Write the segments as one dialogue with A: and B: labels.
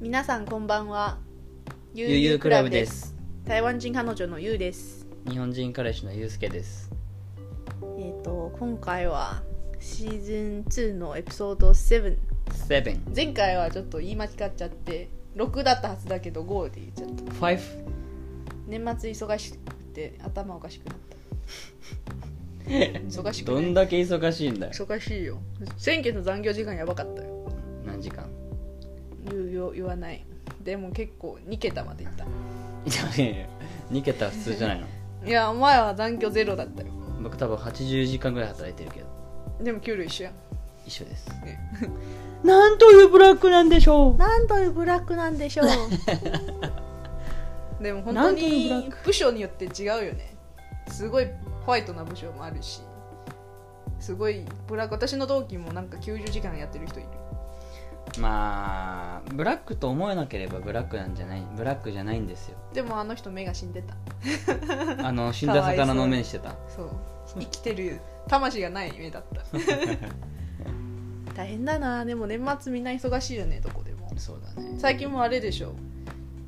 A: 皆さんこんばんは。ゆ
B: ゆうゆうクラブで。す
A: 台湾人彼女のゆうです。
B: 日本人彼氏のゆうすけです
A: えっ、と今回はシーズン2のエピソード7。
B: 7
A: 前回はちょっと言い間違っちゃって6だったはずだけど5で言っちゃった。
B: 5
A: 年末忙しくて頭おかしくなった。忙しく
B: ど
A: ない
B: んだけ忙しいんだよ
A: 忙しいよ。先月の残業時間やばかったよ。
B: 何時間
A: 言うよ言わない。でも結構2桁までいった。
B: いやいやいや2桁は普通じゃないの
A: いや前は残業ゼロだったよ。
B: 僕多分80時間ぐらい働いてるけど
A: でも給料一緒や。
B: 一緒です
A: ね
B: なんというブラックなんでしょ
A: なんというブラックなんでしょう でも本当
B: なんという
A: に
B: ブラッ
A: 部署によって違うよねすごいホワイトな部署もあるしすごいブラック私の同期もなんか90時間やってる人いる
B: うまあブラックと思えなければブラックなんじゃないブラックじゃないんですよ
A: でもあの人目が死んでた
B: あの死んだ魚の目してた
A: そう生きてる魂がない目だった 大変だなでも年末みんな忙しいよねどこでも
B: そうだね
A: 最近もあれでしょ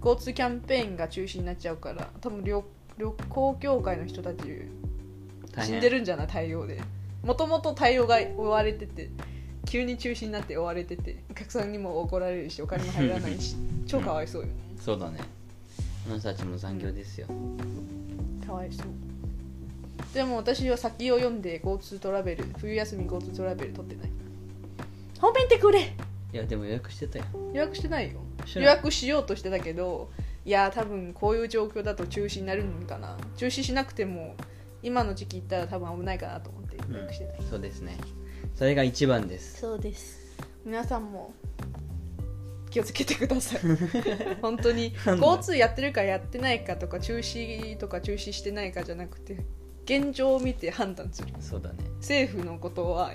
A: GoTo キャンペーンが中止になっちゃうから多分旅旅行業界の人たち
B: 大
A: 死
B: 変
A: んでるんじゃない対応でもともと対応が追われてて急に中止になって追われててお客さんにも怒られるしお金も入らないし超かわいそうよね
B: そうだねあの人たちも残業ですよ
A: かわいそうでも私は先を読んで GoTo トラベル冬休み GoTo トラベル取ってない褒めてくれ
B: いやでも予約してたよ
A: 予約してないよ
B: して
A: 予
B: ない
A: 約しようとしてたけどいやー多分こういう状況だと中止になるんかな中止しなくても今の時期行ったら多分危ないかなと思って予約してない、
B: そうですねそれが一番です
A: そうです皆さんも気をつけてください 本当に
B: なんだ
A: GoTo やってるかやってないかとか中止とか中止してないかじゃなくて現状を見て判断する
B: そうだね
A: 政府のことは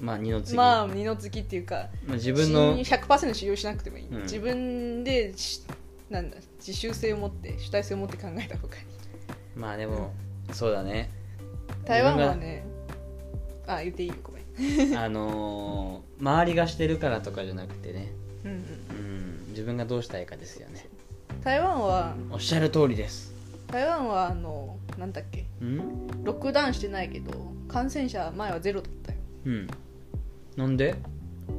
B: まあ二の次、
A: ま
B: まあ
A: あ二の次っていうか
B: 自分の
A: 信100%信用しなくてもいい、
B: うん
A: 自分でしなんだ自主性を持って主体性を持って考えた方がいい
B: まあでもそう だね
A: 台湾はねあ言っていいよごめん
B: あのー周りがしてるからとかじゃなくてね
A: うん
B: うん自分がどうしたいかですよね
A: うん台湾は
B: おっしゃる通りです
A: 台湾はあのなんだっけ
B: うん
A: ロックダウンしてないけど感染者前はゼロだったよ
B: うんなんで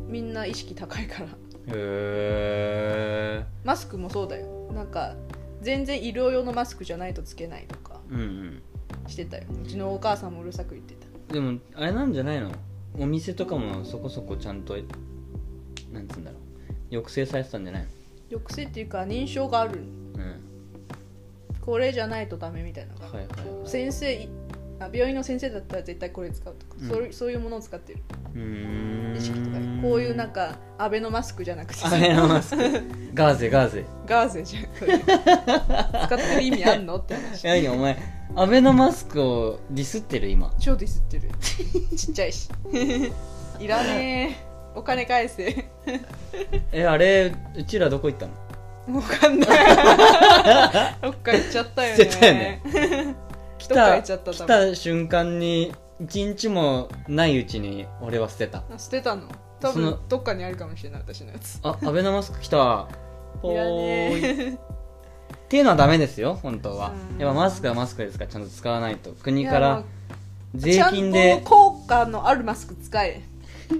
A: みんな意識高いから
B: へえ
A: マスクもそうだよなんか全然医療用のマスクじゃないとつけないとか
B: うん
A: してたようちのお母さんもうるさく言ってた
B: うんでもあれなんじゃないのお店とかもそこそこちゃんとなんつうんだろう抑制されてたんじゃない
A: 抑制っていうか認証がある
B: のうん
A: これじゃないとダメみたいなのが
B: はいはいはいう
A: 先生いあ病院の先生だったら絶対これ使うとか、
B: うん
A: そういうそういうものを使ってる
B: ーん
A: 意識とかこういうなんかアベノマスクじゃなくて
B: あれのマスクガーゼガーゼ
A: ガーゼじゃんこれ使ってる意味あんのって話
B: いやいやお前アベノマスクをディスってる今
A: 超ディスってる ちっちゃ いしいらねえお金返せ
B: えあれうちらどこ行ったの
A: わかんない どっか行っちゃったよね
B: 行っちゃったよね来
A: どっか行っちゃった
B: 来
A: 多分
B: た瞬間に一日もないうちに俺は捨てた
A: あ捨てたの多
B: そ
A: 分
B: の
A: どっかにあるかもしれない私のやつ
B: あアベノマスク来た
A: いら
B: ーいっ
A: ね
B: ていうのはダメですよ本当は
A: うん
B: やっぱマスクはマスクですからちゃんと使わないと
A: え
B: 国から税
A: ちゃ
B: 金
A: んと
B: で
A: 効果のあるマスク使え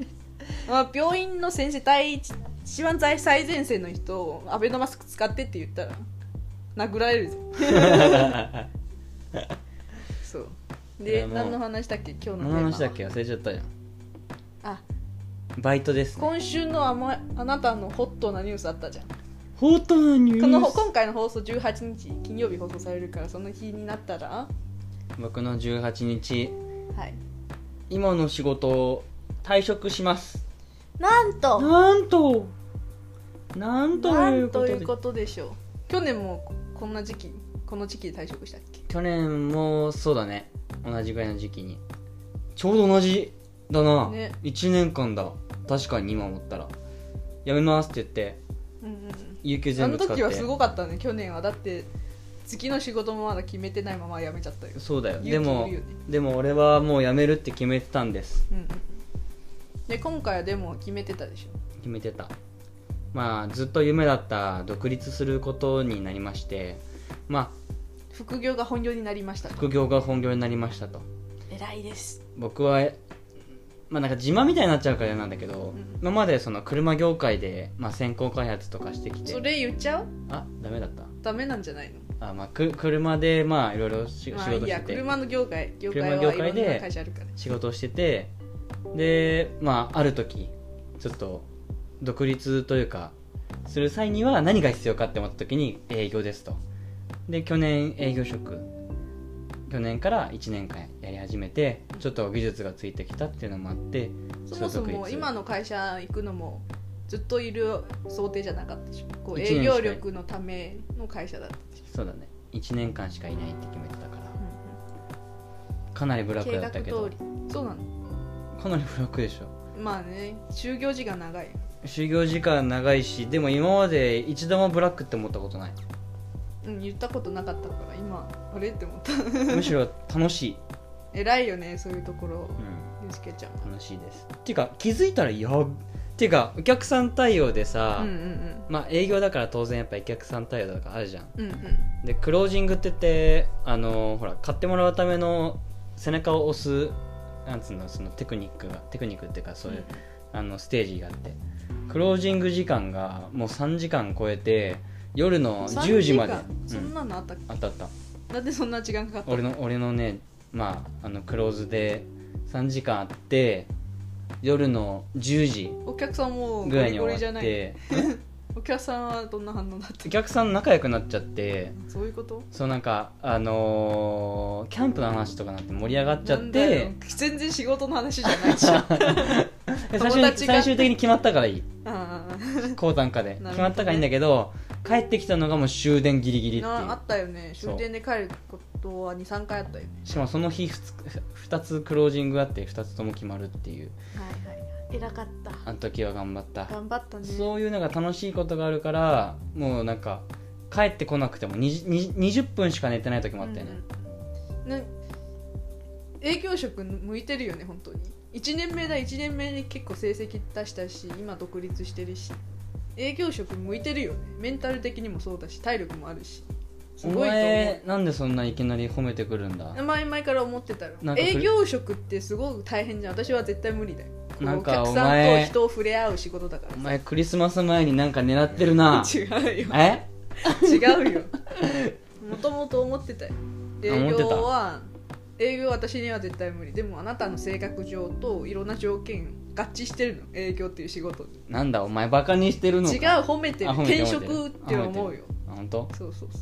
A: まあ病院の先生第一一番最最前線の人アベノマスク使ってって言ったら殴ら れるぞそう
B: い
A: で
B: やもう
A: 何の話だっけ今日のテーマは
B: 何の話だっけ忘れちゃったじゃん
A: あ
B: バイトですね
A: 今週のあ,、まあなたのホットなニュースあったじゃん
B: ホートなニュ
A: この
B: ース
A: 今回の放送18日金曜日放送されるからその日になったら
B: 僕の18日
A: はい
B: 今の仕事を退職します
A: なんと
B: なんとなんと
A: ない
B: うんこと
A: と
B: で
A: いうことでしょう去年もこんな時期この時期で退職したっけ
B: 去年もそうだね同じぐらいの時期にちょうど同じだな、
A: ね
B: 1年間だ確かに今思ったらやめますって言って
A: うんうんうん
B: 有給
A: あ
B: 全
A: の
B: 部使って
A: 時はすごかったね去年はだって次の仕事もまだ決めてないまま辞めちゃったよ、
B: そうだよ
A: 勇気
B: でも
A: いるよね
B: でも俺はもう辞めるって決めてたんです
A: うんうん、で今回はでも決めてたでしょ
B: 決めてたまあ、ずっと夢だった独立することになりまして、ま
A: 副業が本業になりました
B: あ、副業が本業になりましたと
A: 偉いです
B: 僕はまあなんか自慢みたいになっちゃうから嫌なんだけど、
A: うん
B: 今までその車業界で、まあ、先行開発とかしてきて
A: それ言っちゃう
B: あダメだった
A: ダメなんじゃないの
B: あ、まあ、く車でまあいろいろし仕
A: まあい
B: 事
A: い
B: して
A: や
B: て、
A: 車の業界業界
B: 車
A: は
B: 業
A: い
B: 界
A: ろん
B: で
A: な会社あるから
B: 仕事をしててでまあある時ちょっと独立というかする際には何が必要かって思った時に営業ですとで去年営業職去年から1年間やり始めてちょっと技術がついてきたっていうのもあって
A: そもそも今の会社行くのもずっといる想定じゃなかったでしょこう
B: 一年しか
A: 営業力のための会社だったでし
B: そうだね1年間しかいないって決めてたから
A: ょ、
B: かなりブラック
A: 計
B: だ
A: 画
B: った
A: 通
B: けど
A: りそうなの
B: かなりブラックでしょ
A: まあね就業時間長いよ
B: 就業時間長いしでも今まで一度もブラックって思ったこ とない
A: うん言ったことなかったから今あれって思った
B: むしろ楽しい、
A: 偉いよねそういうところ
B: うん
A: ゆうすけちゃんは
B: 楽しいですていうか気づいたらやっっていうかお客さん対応でさ、
A: うんうん
B: まあ営業だから当然やっぱお客さん対応だからあるじゃん
A: うんうんうん
B: でクロージングって言ってあのほら買ってもらうための背中を押すなんつうのそのテクニックがテクニックっていうかそういう、あのステージがあってクロージング時間がもう3時間超えて夜の10時まで、
A: 3時間そ
B: うん
A: んなのあったっけ
B: あったあった
A: なんでそんな時間かかった
B: 俺の俺のねまああのクローズで3時間あって夜の10時
A: お客さんも
B: ぐ
A: ゴ
B: らい
A: リ
B: に
A: ゴリ
B: 終
A: じ
B: わ
A: ゃ
B: っ
A: ない
B: て
A: お客さんはどんな反応だった
B: お客さん仲良くなっちゃって
A: そういうこと
B: そうなんかあのーキャンプの話とかなんて盛り上がっちゃっ
A: なんだよ
B: て
A: 全然仕事の話じゃないじ ゃん
B: え最
A: 友
B: 終に
A: 達が
B: 最終的に決まったから いい
A: あ
B: 高単価で、
A: なるほどね
B: 決まったからいいんだけど帰ってきたのがもう終電ギリギ
A: ー
B: リっていう
A: なあったよね
B: そ
A: 終
B: う
A: 電で帰ることは23回あったよね
B: しかもその日 2, つクロージングがあって2つとも決まるっていう
A: はいはい偉かった
B: あの時は頑張った
A: 頑張ったね
B: そういうのが楽しいことがあるからもうなんか帰ってこなくても20 20 20分しか寝てない時もあったよね、
A: うんうんな営業職向いてるよね本当に1年目だ1年目に結構成績出したし今独立してるし営業職向いてるよねメンタル的にもそうだし体力もあるしす
B: お
A: ごいと思う
B: 前なんでそんないきなり褒めてくるんだ
A: 前々から思ってたら
B: なんかそれ
A: 営業職ってすごく大変じゃん私は絶対無理だよ
B: なん
A: こ
B: か
A: う
B: お
A: お客さん
B: 前
A: と人を触れ合う仕事だから
B: お前クリスマス前になんか狙ってるな
A: 違うよ
B: え
A: 違 うよもともと思ってたよ営業は営業は私には絶対無理でもあなたの性格上といろんな条件合致してるの営業っていう仕事に
B: なんだお前バカにしてるのか
A: 違う褒めてる
B: あ褒めてる
A: 転職って思うよ
B: あ本当
A: そうそうそ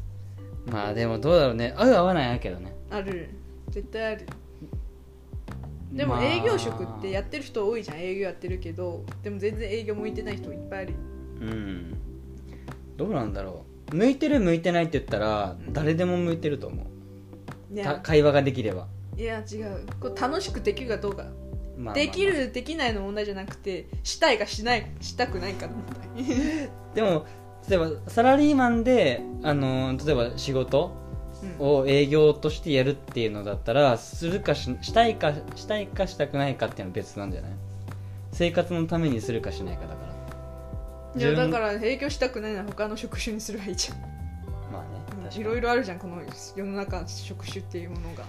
A: う
B: まあでもどうだろうね合う合わないやけどね
A: ある絶対あるでも
B: まあ
A: 営業職ってやってる人多いじゃん営業やってるけどでも全然営業向いてない人いっぱいあるよ
B: うんどうなんだろう向いてる向いてないって言ったら誰でも向いてると思う
A: ね
B: た会話ができれば
A: いや違うこれ楽しくできるかどうか
B: まあ
A: でき
B: まあ
A: るできないの問題じゃなくてしたいかしないしたくないかの問題
B: まあでも例えばサラリーマンで、あのー例えば仕事
A: うん
B: を営業としてやるっていうのだったらするかししたいかしたいかしたくないかっていうのは別なんじゃない生活のためにするかしないかだから
A: いや
B: 自
A: だ
B: 分
A: から営業したくないなら他の職種にすればいいじゃ
B: まあね確か
A: ん
B: に
A: いろいろあるじゃんこの世の中の職種っていうものが、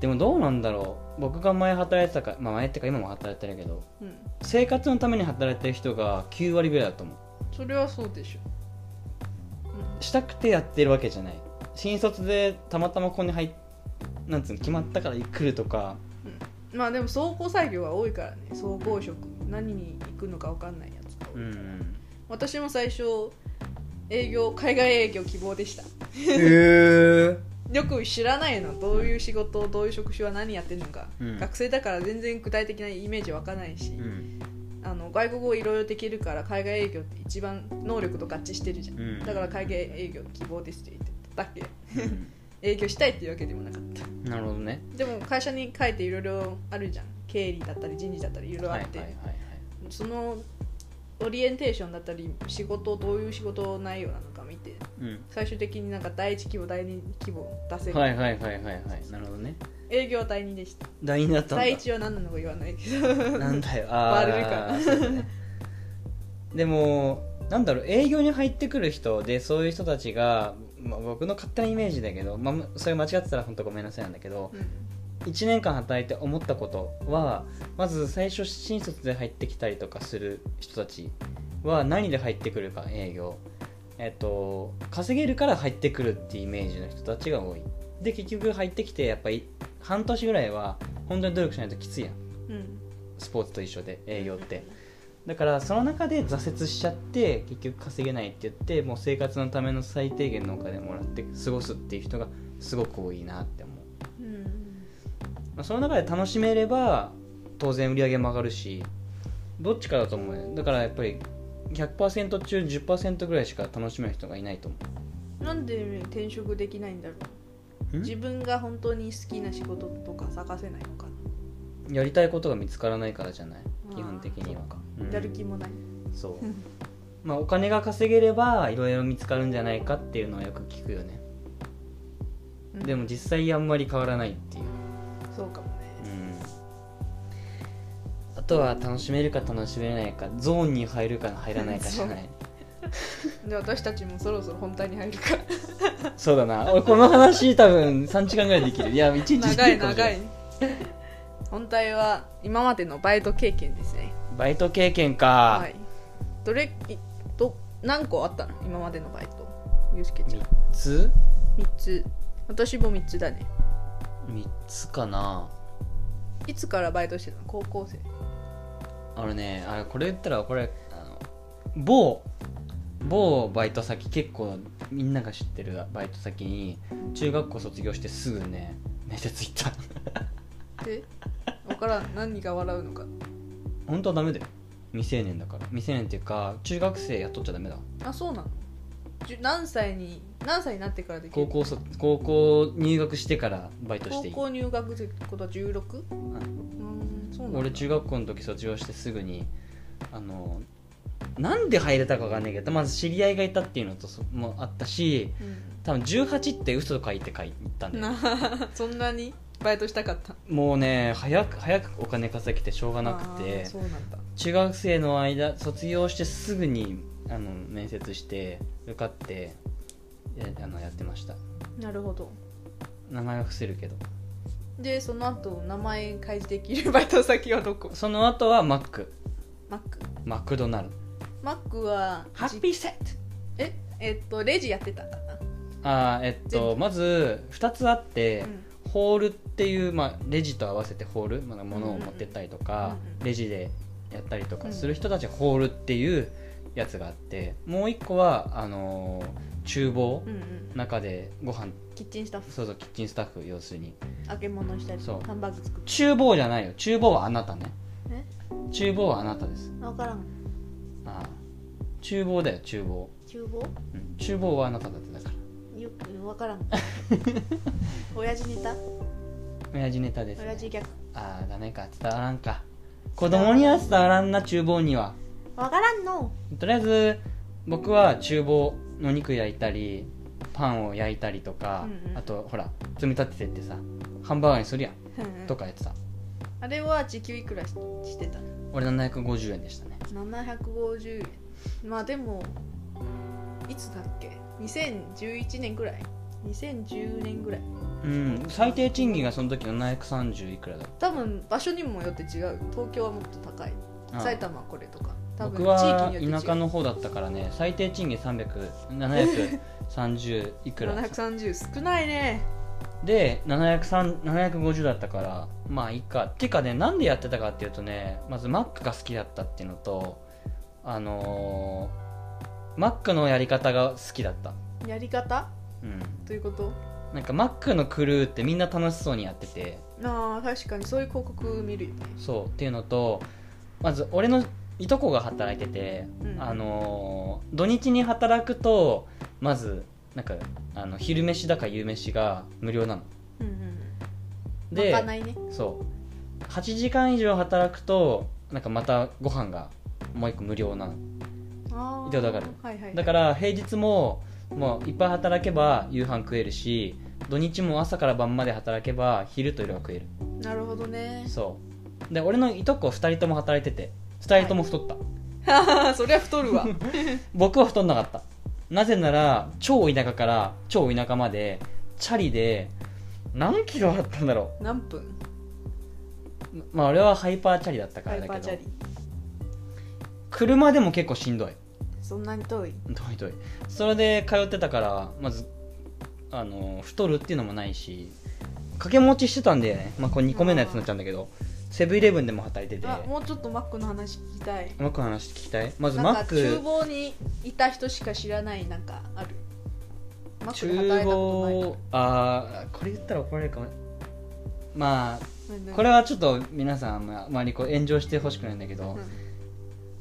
B: でもどうなんだろう僕が前働いてたか、まあ、前ってか今も働いてるけど
A: うん、
B: 生活のために働いてる人が9割ぐらいだと思う
A: それはそうでしょ、
B: したくてやってるわけじゃない新卒でたまたまここに入っなんつうの決まったから来るとか
A: うん、まあでも総合作業が多いからね総合職何に行くのか分かんないやつ
B: うん
A: 私も最初営業海外営業希望でした
B: へえ
A: よく知らないのどういう仕事どういう職種は何やってるのか、
B: うん
A: 学生だから全然具体的なイメージわかんないし、
B: うん
A: あの外国語いろいろできるから海外営業って一番能力と合致してるじゃん、
B: うん
A: だから海外営業希望ですって言ってただけ営業したいっていうわけでもなかった
B: なるほどね
A: でも会社に書いていろいろあるじゃん経理だったり人事だったりいろいろあ
B: はい
A: っ
B: はい
A: て、
B: はいはい
A: そのオリエンテーションだったり仕事どういう仕事内容なのか見て
B: うん
A: 最終的になんか第一規模第二規模出せる、
B: はいはいはいはいはいなるほどね
A: 営業は第二でした
B: 第二だったんだ
A: 第一は何なの か言わないけど
B: なんだよ
A: バレるか
B: あーそうだねでもなんだろう営業に入ってくる人でそういう人たちが、まあ、僕の勝手なイメージだけど、まあ、それ間違ってたら本当ごめんなさいなんだけど1年間働いて思ったことはまず最初新卒で入ってきたりとかする人たちは何で入ってくるか営業えっと稼げるから入ってくるっていうイメージの人たちが多いで結局入ってきてやっぱり半年ぐらいは本当に努力しないときついやん
A: うんうん
B: スポーツと一緒で営業ってだからその中で挫折しちゃって結局稼げないって言ってもう生活のための最低限のお金もらって過ごすっていう人がすごく多いなって思う
A: うん
B: まあ、その中で楽しめれば当然売り上げも上がるしどっちかだと思うよだからやっぱり100%中10%ぐらいしか楽しめる人がいないと思
A: なんで転職できないんだろう
B: う
A: ん自分が本当に好きな仕事とか探せないのか
B: やりたいことが見つからないからじゃない
A: あー
B: 基本的にはう
A: なんやる気もない
B: そう
A: うん
B: まあお金が稼げればいろいろ見つかるんじゃないかっていうのはよく聞くよねでも実際あんまり変わらないっていう
A: そうかもね
B: うんあとは楽しめるか楽しめないかゾーンに入るか入らないかじ ゃない
A: で私たちもそろそろ本体に入るか
B: そうだな俺この話多分3時間ぐらいできる いや1日でき
A: 長い
B: るかもしれ
A: 長
B: ない
A: 本体は今までのバイト経験ですね
B: バイト経験か、
A: はいどれいど何個あったの今までのバイトゆうすけちゃん
B: 3つ
A: 3つ私も3つだね
B: 3つかない
A: つからバイトしてたの高校生
B: あのねあれこれ言ったらこれあの某某バイト先結構みんなが知ってるバイト先に中学校卒業してすぐね面接行った
A: で分からん 何が笑うのか
B: 本当はダメだよ未成年だから未成年っていうか中学生雇っちゃダメだ
A: あそうなのじゅ何歳に何歳になってからでき
B: 高
A: る
B: 校卒高校入学してからバイトし
A: 高
B: ていい
A: 校入学ってことは 16? うーんそうなんだ
B: 俺中学校の時卒業してすぐにあのなんで入れたかわかんないけどまず知り合いがいたっていうのとそもあったし多分18って嘘と書いて書いたん
A: うん
B: だよ
A: なそんなにバイトしたかった
B: もうね早く早くお金稼ぎてしょうがなく
A: あー
B: て
A: そうなんだ
B: 中学生の間卒業してすぐにあの面接して受かってやあのやってました
A: なるほど
B: 名前は伏せるけど
A: でその後名前開示できるバイト先はどこ
B: その後はマック
A: マック
B: マクドナルド
A: マックは
B: ハッピーセット
A: ええっとレジやってたかな、
B: あーえっ
A: 全
B: と
A: 部
B: まず2つあって、
A: うん
B: ホールっていう、まあ、レジと合わせてホール、まあ、物を持ってったりとか、
A: うんうんうん
B: レジでやったりとかする人たちはホールっていうやつがあってもう一個はあのー厨房
A: うんうん、
B: 中でご飯
A: キッチンスタッフ
B: そうそうキッチンスタッフ要するに
A: 揚げ物したり
B: そう
A: ハンバーグ作っ
B: 厨房じゃないよ厨房はあなたね
A: え
B: 厨房はあなたです
A: た分からん
B: ああ厨房だよ厨房、
A: 厨房
B: うん、厨房はあなただってだから
A: よく分からん 親父ネタ
B: 親父ネタです、
A: 親父
B: ね、
A: 逆
B: ああダメか伝わらんか子供には伝わらんな厨房には
A: 分からんの
B: とりあえず僕は厨房の肉焼いたりパンを焼いたりとか、
A: うんうん
B: あとほら積み立ててってさハンバーガーにするやんとかやってた
A: あれは時給いくらししてたの
B: 俺750円でしたね
A: 750円まあでもいつだっけ2011年ぐらい2010年ぐらい
B: うん最低賃金がその時の730いくらだっ
A: 多分場所にもよって違う東京はもっと高い
B: た
A: 埼玉はこれとか多分
B: 僕
A: 地域
B: は
A: によって違う
B: 田舎の方だったからね最低賃金300730いくら
A: 730少ないね
B: で703 750だったからまあいいかっていうかねなんでやってたかっていうとねまずマックが好きだったっていうのとあのーマックのやり方が好きだった
A: やり方
B: うん
A: ということ
B: なんかマックのクルーってみんな楽しそうにやってて
A: あー確かにそういう広告見るよね
B: そうっていうのとまず俺のいとこが働いてて、
A: うん
B: あのー土日に働くとまずなんかあの昼飯だか夕飯が無料なの
A: うんうん
B: で
A: まかないね
B: そう8時間以上働くとなんかまたご飯がもう一個無料なの
A: あー
B: いただかる
A: はいはい
B: だから平日ももういっぱい働けば夕飯食えるし土日も朝から晩まで働けば昼と夜は食える
A: なるほどね
B: そうで俺のいとこ2人とも働いてて2人とも太った、
A: そりゃ太るわ
B: 僕は太んなかったなぜなら超田舎から超田舎までチャリで何キロあったんだろ
A: 何分
B: うまあ俺はハイパーチャリだったか
A: ハ
B: ら
A: イパー
B: だ
A: チ
B: け
A: ャ
B: ど
A: リ
B: 車でも結構しんどい
A: そんなに遠い
B: 遠い遠いそれで通ってたからまずあの太るっていうのもないし掛け持ちしてたんだよね、まあ、これ2個目のやつになっちゃうんだけどセブンイレブンでも働いてて
A: あもうちょっとマックの話聞きたい
B: マックの話聞きたいまず
A: な
B: マ
A: んか
B: ッ
A: 厨
B: ク
A: 房にいた人しか知らないなんかあるマックで働い
B: 厨
A: たことない
B: 房あーこれ言ったら怒られるかもまあ
A: 何々
B: これはちょっと皆さんあんまあまりこう炎上してほしくないんだけど、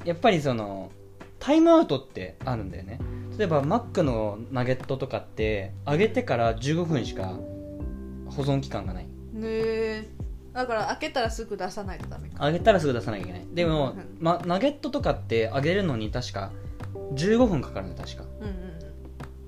B: やっぱりそのタイムアウトってあるんだよね例えばマックのナゲットとかって揚げてから15分しか保存期間がない
A: うんねえだから開けたらすぐ出さないとダメか
B: 揚げたらすぐ出さなきゃいけないでも、
A: うん
B: ま、ナゲットとかって揚げるのに確か15分かかるの確か
A: うん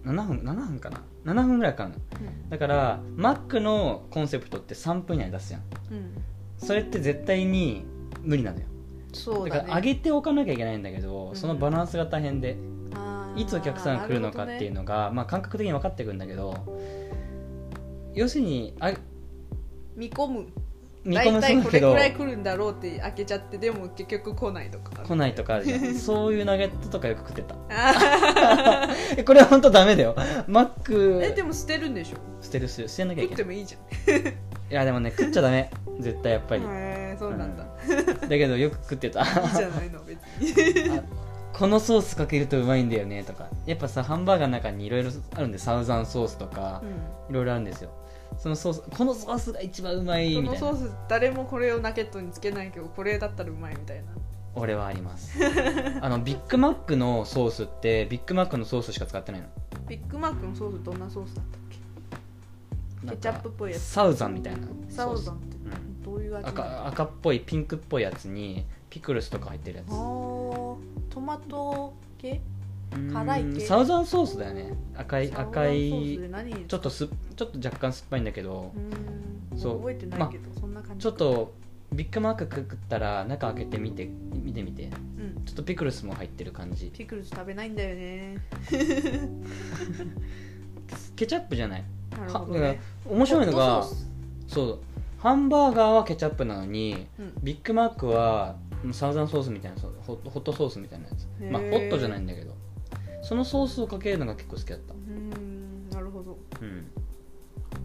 A: うん
B: 7分7分かな7分ぐらいかかるのだからマックのコンセプトって3分以内に出すやん
A: うんうん
B: それって絶対に無理なのよ
A: そう
B: だ
A: だ
B: から揚
A: ね
B: げておかなきゃいけないんだけど、
A: うん
B: そのバランスが大変で
A: あー
B: いつお客さんが来るのかっていうのが、まあ、感覚的に分かってくるんだけど要するにあ
A: 見込む
B: 見込
A: 大
B: むそ
A: 体こ
B: うだけ
A: れ
B: ど
A: くらい来るんだろうって開けちゃってでも結局来ないとか
B: 来ないとかあるじゃん そういうナゲットとかよく食ってた
A: あ
B: えこれは本当ダメだよ マッ
A: ーえ
B: ク
A: でも捨てるんでしょ
B: 捨てる捨てる捨てなきゃい
A: 食
B: け
A: っ
B: な
A: て
B: い
A: もいいじゃん
B: いやでもね食っちゃダメ絶対やっぱり、
A: へえそうなんだ、
B: うんだけどよく食 ってた
A: いいじゃないの別に
B: このソースかけるとうまいんだよねとかやっぱさハンバーガーの中にいろいろあるんでサウザンソースとか、いろいろあるんですよそのソースこのソースが一番うま い
A: こ
B: み
A: の
B: たい
A: ソ
B: な
A: ース誰もこれをナゲットにつけないけどこれだったらうまいみたいな
B: 俺はあります あのビッグマックのソースってビッグマックのソースしか使ってないの
A: ビッグマックのソースどんなソースだったっけ
B: なんか
A: ケチャップっぽいやつ
B: サウザンみたいな
A: サウザンっ
B: ソー
A: て
B: スうん
A: どういう味なの
B: 赤赤っぽいピンクっぽいやつにピクルスとか入ってるやつ
A: あートマト系
B: うん
A: 辛い系
B: サウザンソースだよね赤い
A: サウザン
B: 赤
A: ソースで
B: い
A: 何
B: ちょっとすちょっと若干酸っぱいんだけど
A: うーん
B: そう
A: 覚えてないけど、そんな感じ
B: ちょっとビッグマック食ったら中開けてみて見てみて
A: うん
B: ちょっとピクルスも入ってる感じ
A: ピクルス食べないんだよ ね
B: ケチャップじゃない
A: なる
B: は
A: ほど、ね、
B: 面白いの
A: ホッ
B: が
A: トソース
B: そうハンバーガーはケチャップなのに
A: うん
B: ビッグマックはサウザンソースみたいなそうホホットソースみたいなやつ
A: へー
B: まあホットじゃないんだけどそのソースをかけるのが結構好きだっ
A: うーんなるほど
B: たうん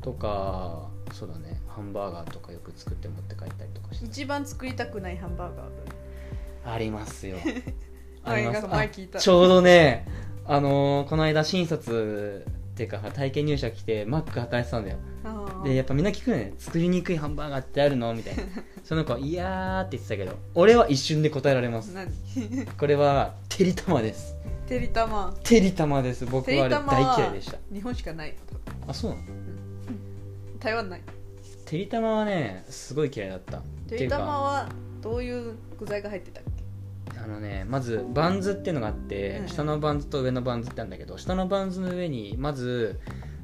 B: とかそうだねハンバーガーとかよく作って持って帰ったりとかして
A: 一番作りたくないハンバーガーだね
B: ありますよ
A: あれ
B: ます
A: なんか 前聞いた
B: あちょうどねあのーこの間新卒っていうか体験入社来てマック働いてたんだよ
A: あー
B: でやっぱみんな聞くよね作りにくいハンバーガーってあるのみたいなその子は「いやー」って言ってたけど俺は一瞬で答えられます
A: 何
B: これはてりたまです
A: てりたま
B: てりたまです僕
A: て
B: はあ
A: り
B: れ
A: たまは
B: 大嫌いでした
A: 日本しかないの多分
B: あそうなの
A: 台湾ない
B: てりたまはねすごい嫌いだった
A: てりたま
B: っ
A: はどういう具材が入ってたっけ
B: ていうかあのねまずバンズっていうのがあって、
A: うん
B: 下のバンズと上のバンズってあるんだけど下のバンズの上にまず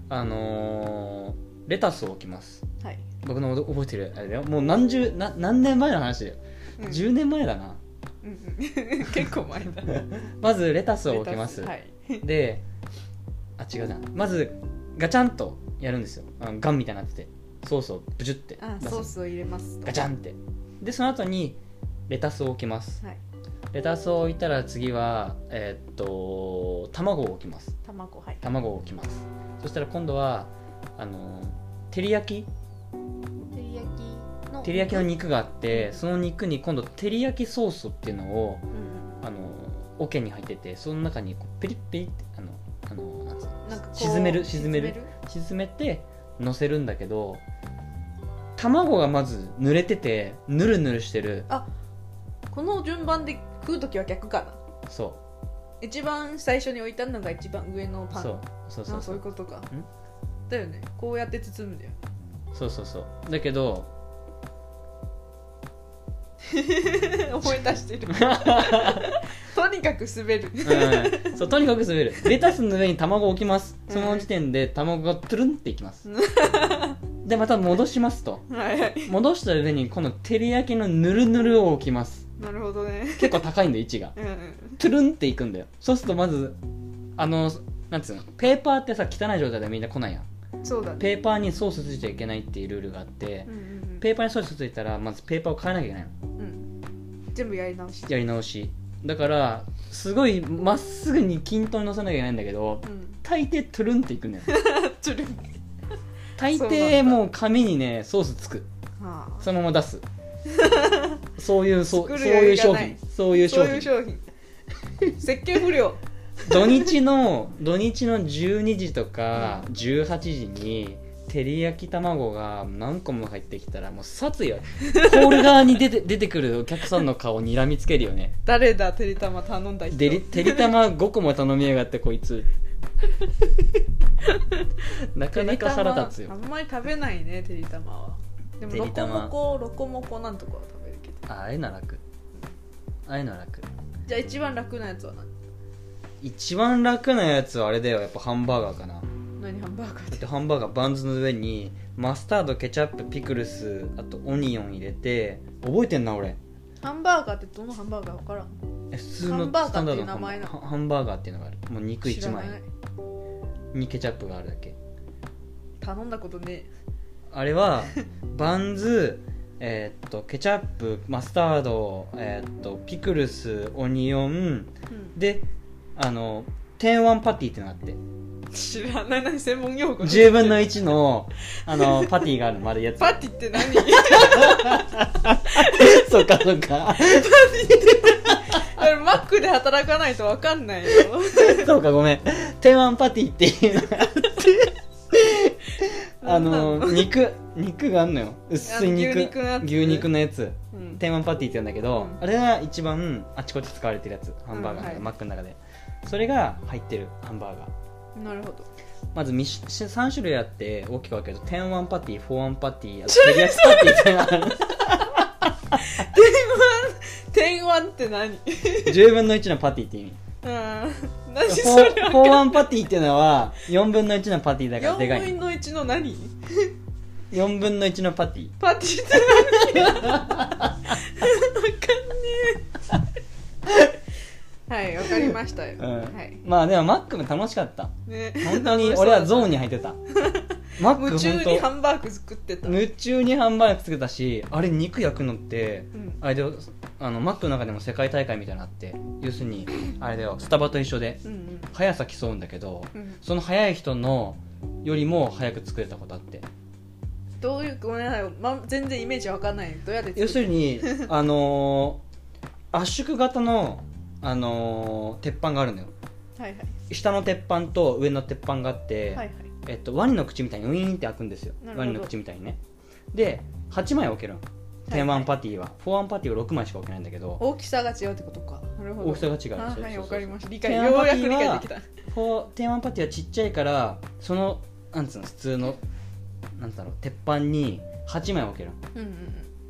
B: あのーレタスを置きます
A: はい、
B: 僕の覚えてるあれだよもう何十な何年前の話だよ、
A: うん
B: 10年前だな
A: うんうん 結構前だ
B: まずレタスを置きます、
A: はい
B: であ違うなまずガチャンとやるんですよあのガンみたいになっててソースをブジュって
A: あ
B: 出
A: ソー
B: す
A: スを入れますと
B: ガチャンってでその後にレタスを置きます
A: はい
B: レタスを置いたら次はえーっと卵を置きます
A: 卵はい
B: 卵を置きますそしたら今度はあの照り焼き
A: 照り焼きの
B: 照り焼きの肉があってその肉に今度照り焼きソースっていうのを
A: うん
B: あの桶に入っててその中にこうペリッペリってあのあのなんつう
A: う
B: の
A: んなんかこう
B: 沈める沈める沈めて乗せるんだけど卵がまず濡れててぬるぬるしてる
A: この順番で食う時は逆かな
B: そ
A: 一番最初に置いたのが一番上の
B: う
A: パン
B: そうそうそ
A: あ
B: う
A: そ
B: そう
A: いう
B: う
A: ことかだよねこうやって包むんだよ ね
B: そうそうそうだけど
A: 思い出して るとにかく滑る
B: うんそうとにかく滑る レタスの上に卵を置きますその時点で卵がトゥルンっていきますででまた戻しますと
A: はいはい
B: 戻した上にこの照り焼きのぬるぬるを置きます
A: なるほどね
B: 結構高いんだよ位置が
A: うんうん
B: トゥルンっていくんだよそうするとまずあのなんつうのペーパーってさ汚い状態でみんな来ないやん
A: そうだね
B: ペーパーにソースついちゃいけないっていうルールがあって
A: うんうん
B: ペーパーにソースついたらまずペーパーを変えなきゃいけないの
A: うんうん全部やり直し
B: やり直しだからすごいまっすぐに均等に乗せなきゃいけないんだけど
A: うん
B: 大抵トゥルンっていく んだよ
A: ちょる
B: 大
A: そうな
B: 抵
A: んだ
B: もう紙にねソースつく
A: はあ
B: そのまま 出すそういうそうそう
A: 作る余
B: いう
A: 裕が
B: 商
A: ない
B: 品そういう商
A: そうい
B: 品
A: う商品設計不良
B: 土日の土日の12時とか18時に照り焼き卵が何個も入ってきたらもう殺意はホール側に出て出てくるお客さんの顔にらみつけるよね
A: 誰だてりたま頼んだ人
B: でりてりたま5個も頼みやがってこいつなかなか腹立つ
A: てりた
B: よ
A: まあんまり食べないねてりたまはでも
B: て
A: ロ
B: りた
A: コ
B: ま
A: モコロコモコなんとかは食べるけど
B: ああれなら楽あれなら楽
A: じゃあ一番楽なやつは
B: 一番楽なやつはあれだよやっぱハンバーガーかな
A: 何何ハンバーガー
B: だ
A: っ
B: っててハンバーガーバンズの上にマスタードケチャップピクルスあとオニオン入れて覚えてんな俺
A: ハンバーガーってどのハンバーガーわからん
B: え普通
A: ハ
B: の
A: ンバーガー
B: スタンダード
A: ってい
B: の
A: う名前なの
B: ハンハンバーガーっていうのがあるもう肉
A: 知ら
B: 1
A: な
B: 枚
A: い
B: にケチャップがあるだけ
A: 頼んだことね
B: あ れはバンズえーっとケチャップマスタード、えーっとピクルスオニオン
A: え、うん
B: であの天腕パティっていうのがあって
A: 知らない何専門用語
B: 10分の1のあのパティがある丸いやつ
A: パティって 何
B: そっかそっか
A: あれマックで働かないとわかんないよ
B: そうかごめん天腕パティっていうのがあってあ
A: なんな
B: の肉肉があんのよ薄い肉
A: あの牛肉のやつ
B: 牛肉のやつ
A: うん
B: 天腕パティって言うんだけど、
A: うん
B: あれが一番あちこち使われてるやつハンバーガーの
A: うんはい
B: マックの中でそれが入ってるハンバーガー
A: なるほど
B: まずみし3種類あって大きく分けると天腕パティフォーンパティあとテリヤキパティっていうのがある
A: 天腕って何うん
B: 10分の1のパティって意味
A: 何
B: フ
A: それ
B: ォーフォーンパティっていうのは4分の1のパティだからでか
A: 4
B: い
A: 分の1の何
B: 4分の1のパティ
A: パティって何わかんねえはいわかりましたよ、
B: うん
A: はい
B: まあでもマックも楽しかった
A: ね
B: 本当に俺はゾーンに入ってたマッ
A: 夢
B: ク
A: 中にハ
B: 本
A: ンバーグ作ってた、
B: 当夢中にハンバーグ作ったしあれ肉焼くのって
A: うん
B: あれであのマックの中でも世界大会みたいなのあって要するにあれだよスタバと一緒で
A: うんうん
B: 速さ競うんだけど
A: うん
B: その速い人のよりも早く作れたことあって
A: どういうごめんなさい、ま、全然イメージわかんないどうやって作る
B: 要するにあのー圧縮型のあのー鉄板があるのよ
A: はいはい
B: 下の鉄板と上の鉄板があって、
A: はいはい
B: えっと、ワニの口みたいにウィーンって開くんですよ
A: なるほど
B: ワニの口みたいにねで8枚置けるの天
A: はいは
B: 腕
A: い
B: パティは、フォアンパティは6枚しか置けないんだけど
A: 大きさが違うってことかなるほど
B: 大きさが違う
A: あ
B: そうそう
A: はい
B: そう
A: わかりました理解
B: テー
A: よ
B: マパ
A: う
B: ティ
A: や
B: は
A: く理解できた
B: フォー天腕パティはちっちゃいからそのなんつうの普通のなんだろう鉄板に8枚置けるの
A: うんうんう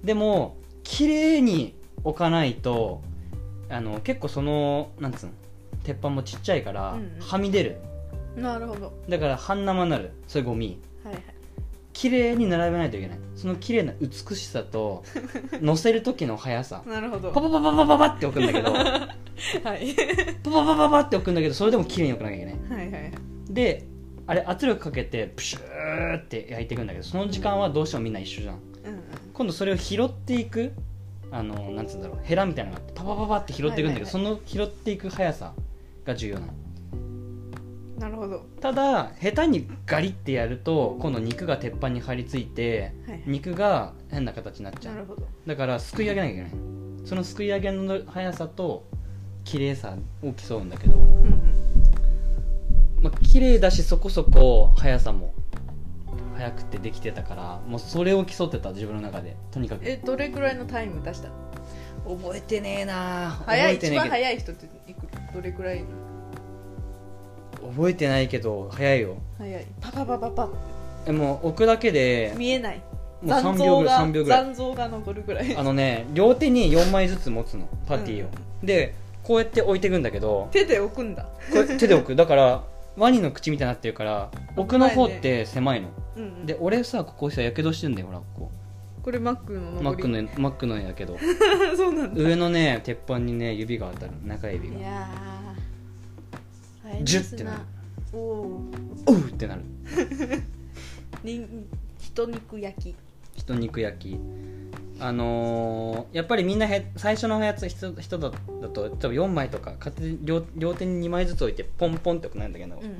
A: ん
B: でも綺麗に置かないとあの結構そのなんつうの鉄板もちっちゃいから、
A: うんうん
B: はみ出る
A: なるほど
B: だから半生になるそれゴミ
A: はいはい
B: 綺麗に並べないといけないその綺麗な美し さと乗せる時の速さ
A: なるほど
B: パパパパパパパって置くんだけどパパ
A: はい
B: パパパって置くんだけどそれでも綺麗に置かなきゃいけない
A: はいはい
B: であれ圧力かけてプシューって焼いていくんだけどその時間はどうしてもみんな一緒じゃん
A: うんうん
B: 今度それを拾っていくあのなんつうんだろうヘラみたいなのがあってパパパパって拾っていくんだけど、
A: はいはいはい
B: その拾っていく速さが重要なの
A: なるほどは
B: ただ下手にガリってやると今度肉が鉄板に張り付いて
A: いはい
B: 肉が変な形になっちゃ
A: な
B: う
A: るほど
B: だからすくい上げなきゃいけないそのすくい上げの速さと綺麗さを競うんだけど、
A: うんうん
B: まあ綺麗だしそこそこ速さも速くてできてたからもうそれを競ってた自分の中でとにかく
A: えどれぐらいのタイム出した
B: 覚えてねえな
A: 早い
B: 覚えて
A: 一
B: ねえ
A: 番
B: けど
A: 早い人っていくどれぐらいの
B: 覚えてないけど早いよ
A: 早いパパパパパ
B: えもう置くだけで
A: 見えない
B: もう
A: 残
B: 3秒
A: 像
B: ぐらい
A: が
B: 3秒ぐらい
A: 残像が残るぐらい
B: あのね両手に4枚ずつ持つのパティを、でこうやって置いていくんだけど
A: 手で置くんだ
B: これ手で置くだからワニの口みたいになってるから奥の方って狭いの、
A: うんうん、
B: で俺さここさやけどしてんだよほらこ
A: これマックの上り
B: こマックのマックのやけど
A: そうなんだ
B: 上のね鉄板にね指が当たるの中指
A: い
B: が
A: やー大変
B: ジュ
A: で
B: ッ
A: す
B: てなる
A: おおー
B: 「おう!」ってなる
A: に人肉焼き
B: 人肉焼きあのーやっぱりみんなへ最初のやつ人人だだと多分4枚とか片手両両手に2枚ずつ置いてポンポンって置くなんだけど、
A: うんうん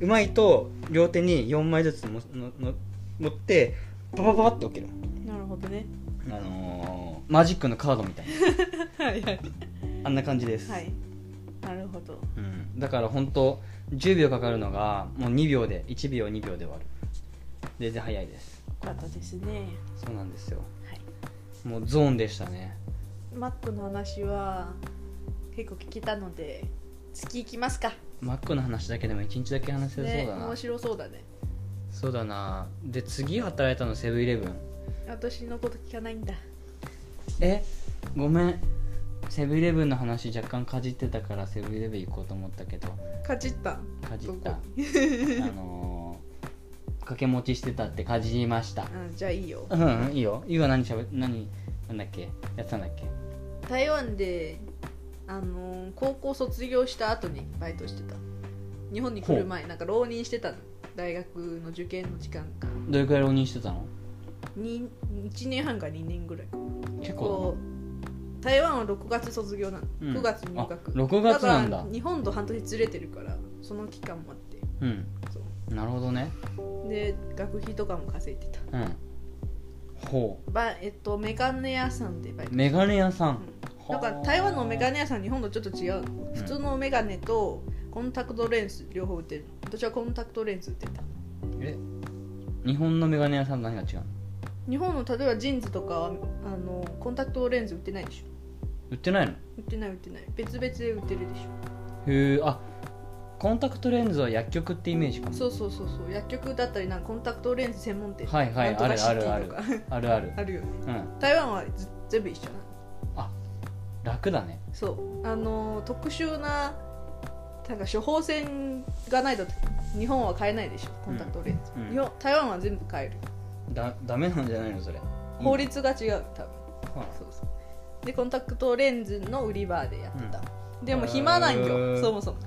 B: うまいと両手に4枚ずつものの持ってババババッと置ける
A: なるほどね
B: あのーマジックのカードみたいな
A: はいはい
B: あんな感じです、
A: はいなるほど
B: うん、だから本当10秒かかるのがもう2秒で1秒2秒で終わる全然早いです
A: よかったですね
B: そうなんですよ
A: はい
B: もうゾーンでしたね
A: マックの話は結構聞きたので月行きますか
B: マックの話だけでも1日だけ話せそう
A: ね
B: だな、
A: 面白そうだね
B: そうだなで次働いたのセブンイレブン
A: 私のこと聞かないんだ
B: えごめんセブンイレブンの話若干かじってたからセブンイレブン行こうと思ったけど
A: かじった
B: かじった
A: どこ
B: あのー掛け持ちしてたってかじりました
A: うんじゃあいいよ
B: うん、うん、いいよゆうは何しゃべ何なんだっけやってたんだっけ
A: 台湾であのー高校卒業した後にバイトしてた日本に来る前なんか浪人してたの大学の受験の時間か
B: どれくらい浪人してたの
A: に1年半か2年ぐらいか
B: 結
A: こ
B: 構
A: う台湾は6月卒業なの、
B: うん
A: 9月入学
B: あ6月なんだ
A: から日本と半年ずれてるからその期間もあって
B: だな
A: そ
B: うんなるほどね
A: うで学費とかも稼いでた
B: うんほ
A: ばえっとメガネ屋さんでバイト
B: うメガネ屋さん
A: うんなんか台湾のメガネ屋さん日本とちょっと違うの、
B: ん
A: 普通のメガネとコンタクトレンズ両方売ってるの私はコンタクトレンズ売ってた
B: え日本のメガネ屋さんと何が違うの
A: 日本の例えばジーンズとかはあのコンタクトレンズ売ってないでしょ
B: 売ってないの
A: 売ってない売ってない別々で売ってるでし
B: へえあコンタクトレンズは薬局ってイメージか
A: ょ
B: も
A: そうそうそうそう薬局だったりなんかコンタクトレンズ専門店
B: はいはい
A: なんとかシティとか
B: あるあるある
A: あるよね
B: うん
A: 台湾はず全部一緒なの
B: 楽だね
A: そうあの特殊ななんか処方箋がないと日本は買えないでしょコンタクトレンズ、
B: うんうん
A: 日本台湾は全部買える
B: だダメなんじゃないのそれ
A: 法律が違う多分
B: はい
A: そうそうでコンタクトレンズの売り場でやってた、でも
B: へー
A: 暇なんよそもそも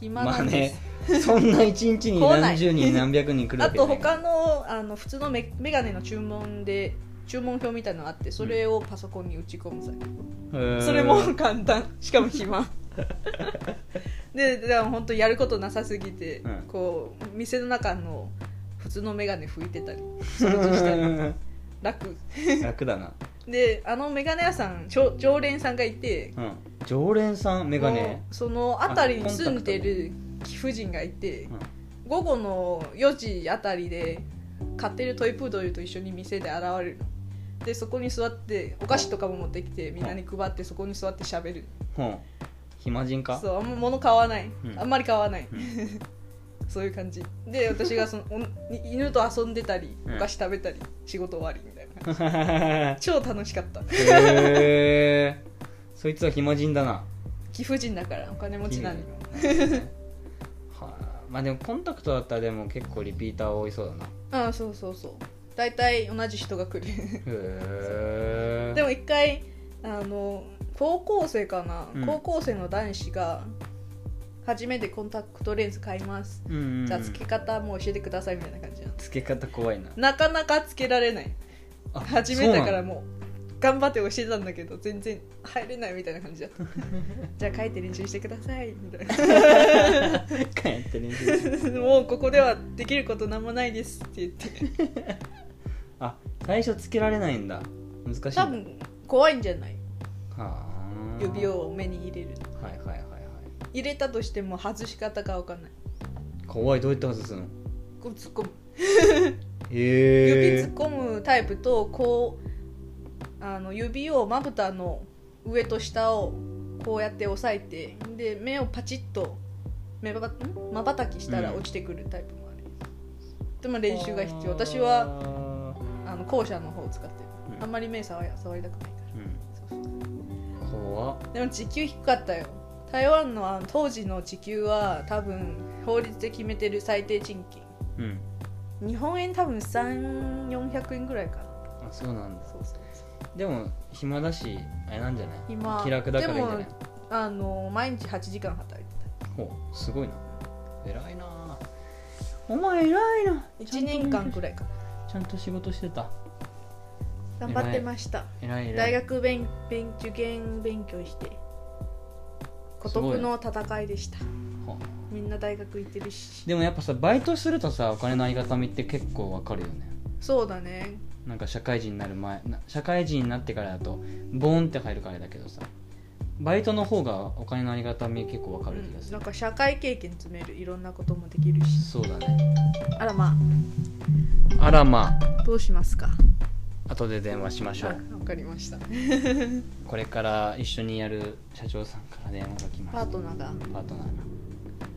A: 暇
B: ま
A: な
B: あ
A: んです
B: ね、そんな一日に
A: 来ない
B: 何十人何百人来る
A: あ
B: わけじ
A: と
B: ゃない
A: 他のあの普通のメメガネの注文で注文表みたいのがあってそれをパソコンに打ち込むさ、
B: へー
A: それも簡単しかも 暇ででも本当やることなさすぎて、
B: うん
A: こう店の中の普通のメガネ拭いてたり掃除したり 楽
B: 楽だな、
A: であのメガネ屋さんちょ常連さんがいて
B: うん、常連さんメガネ
A: もうその辺りに住んでる貴婦人がいて、
B: うん
A: 午後の4時あたりで買ってるトイプードルと一緒に店で現れるのでそこに座ってお菓子とかも持ってきてみんなに配ってそこに座って喋る
B: ほん暇人 か
A: そうあんま物買わない、
B: うん
A: あんまり買わない、
B: う
A: そういう感じで私がそのおん犬と遊んでたり
B: うん
A: お菓子食べたり、仕事終わりみたい な
B: へ
A: 超楽しかった
B: えそいつは暇人だな
A: 貴婦人だからお金持ちなんで
B: はあまあでもコンタクトだったらでも結構リピーター多いそうだな
A: ああそうそうそう大体同じ人が来る
B: へえ
A: でも一回あの高校生かな、
B: うん
A: 高校生の男子が初めてコンタクトレンズ買います、
B: うんうんうん
A: じゃあ付け方も教えてくださいみたいな感じなの
B: つけ方怖いな
A: なかなかつけられない
B: あ
A: 始めた
B: そう
A: か
B: な
A: ら
B: の
A: もう頑張って教えてたんだけど全然入れないみたいな感じだったじゃあ書いて練習してくださいみたい
B: 帰って練習する
A: なもうここではできることなんもないですって言って
B: あ最初つけられないんだ難しいんだ
A: 多分怖いんじゃない
B: はあ
A: 指を目に入れる
B: はいはいはいはい
A: 入れたとしても外し方が分かんない
B: 怖いどうやって外すの
A: こう突っ込む指
B: へ
A: 突っ込むタイプとこうあの指をまぶたの上と下をこうやって押さえてで目をパチッと目ばまばたきしたら
B: うん
A: 落ちてくるタイプもある、でも練習が必要私はあの後者の方を使ってる、
B: うん
A: あんまり目触り触りたくないからそうそう
B: 怖っ
A: でも時給低かったよ台湾のあの当時の時給は多分法律で決めてる最低賃金
B: うん
A: 日本円多分3400円ぐらいかな
B: あそうなんだ
A: そうそうそう
B: でも暇だしあれなんじゃない
A: 今
B: 気楽だからいいんじゃない
A: でもあの毎日8時間働いて
B: ほうすごいな偉いなお前偉いな
A: た1年間く
B: れ
A: らいかな
B: ちゃんと仕事してた
A: 頑張ってました
B: 偉い偉い
A: 大学勉勉受験勉強して孤
B: すご
A: 独
B: い
A: の戦いでした
B: ほう
A: みんな大学行ってるし
B: でもやっぱさバイトするとさお金のありがたみって結構わかるよね
A: そうだね
B: なんか社会人になる前な社会人になってからだとボーンって入るからだけどさバイトの方がお金のありがたみ結構わかる気が
A: うん
B: す
A: な
B: る
A: ん、か社会経験詰めるいろんなこともできるし
B: そうだね
A: あらま
B: あらまあ
A: あどうしますか
B: 後で電話しましょう
A: あわかりました
B: これから一緒にやる社長さんから電話が来ま
A: パ
B: す
A: ートナーが
B: パートナー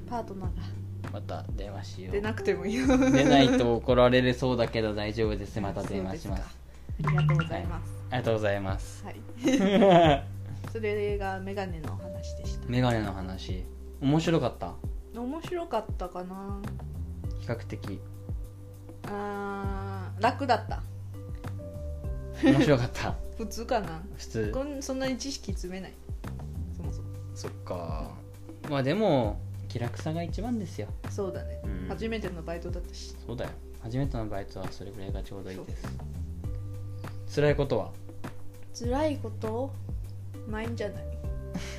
A: パートナーが
B: のまた電話しよう
A: 出なくてもいいよ
B: 出ないと怒られるそうだけど大丈 夫ですまた電話します
A: そうですかありがとうございます
B: ありがとうござ います
A: はい、
B: メ
A: それがメガネのお話でした
B: ガネの話面白かった
A: 面白かったかな
B: 比較的
A: あー楽だった
B: 面白かった
A: 普通かな
B: 普通
A: こんそんなに知識詰めないそもそも
B: そっかまあでも気楽さが一番ですよ、
A: そうだね、
B: うん
A: 初めてのバイトだったし
B: そうだよ初めてのバイトはそれぐらいがちょうどいいです辛いことは
A: 辛いことないんじゃない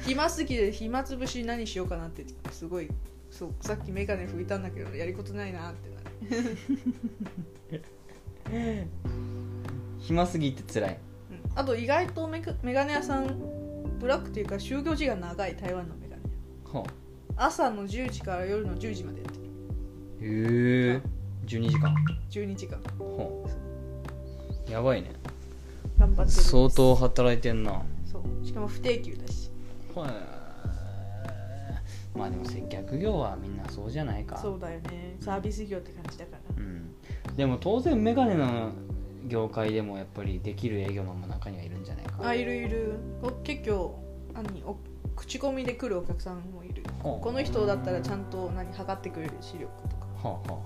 A: 暇すぎて暇つぶし何しようかなってすごいそうさっきメガネ拭いたんだけどやることないなってなる
B: 暇すぎて辛い
A: うんあと意外とメガメガネ屋さんブラックというか就業時間長い台湾のメガネ
B: はあ
A: 朝の10時から夜の10時までやってる
B: へえ12時間
A: 12時間
B: はあやばいね
A: 頑張ってるんです
B: 相当働いてんな
A: そうしかも不定休だし
B: はいまあでも接客業はみんなそうじゃないか
A: そうだよねサービス業って感じだから
B: うん、でも当然メガネの業界でもやっぱりできる営業マンも中にはいるんじゃないか
A: あいるいるお結局何お口コミで来るお客さんもいる
B: ほう
A: この人だったらちゃんと何測ってくれる視力とか
B: はあはあは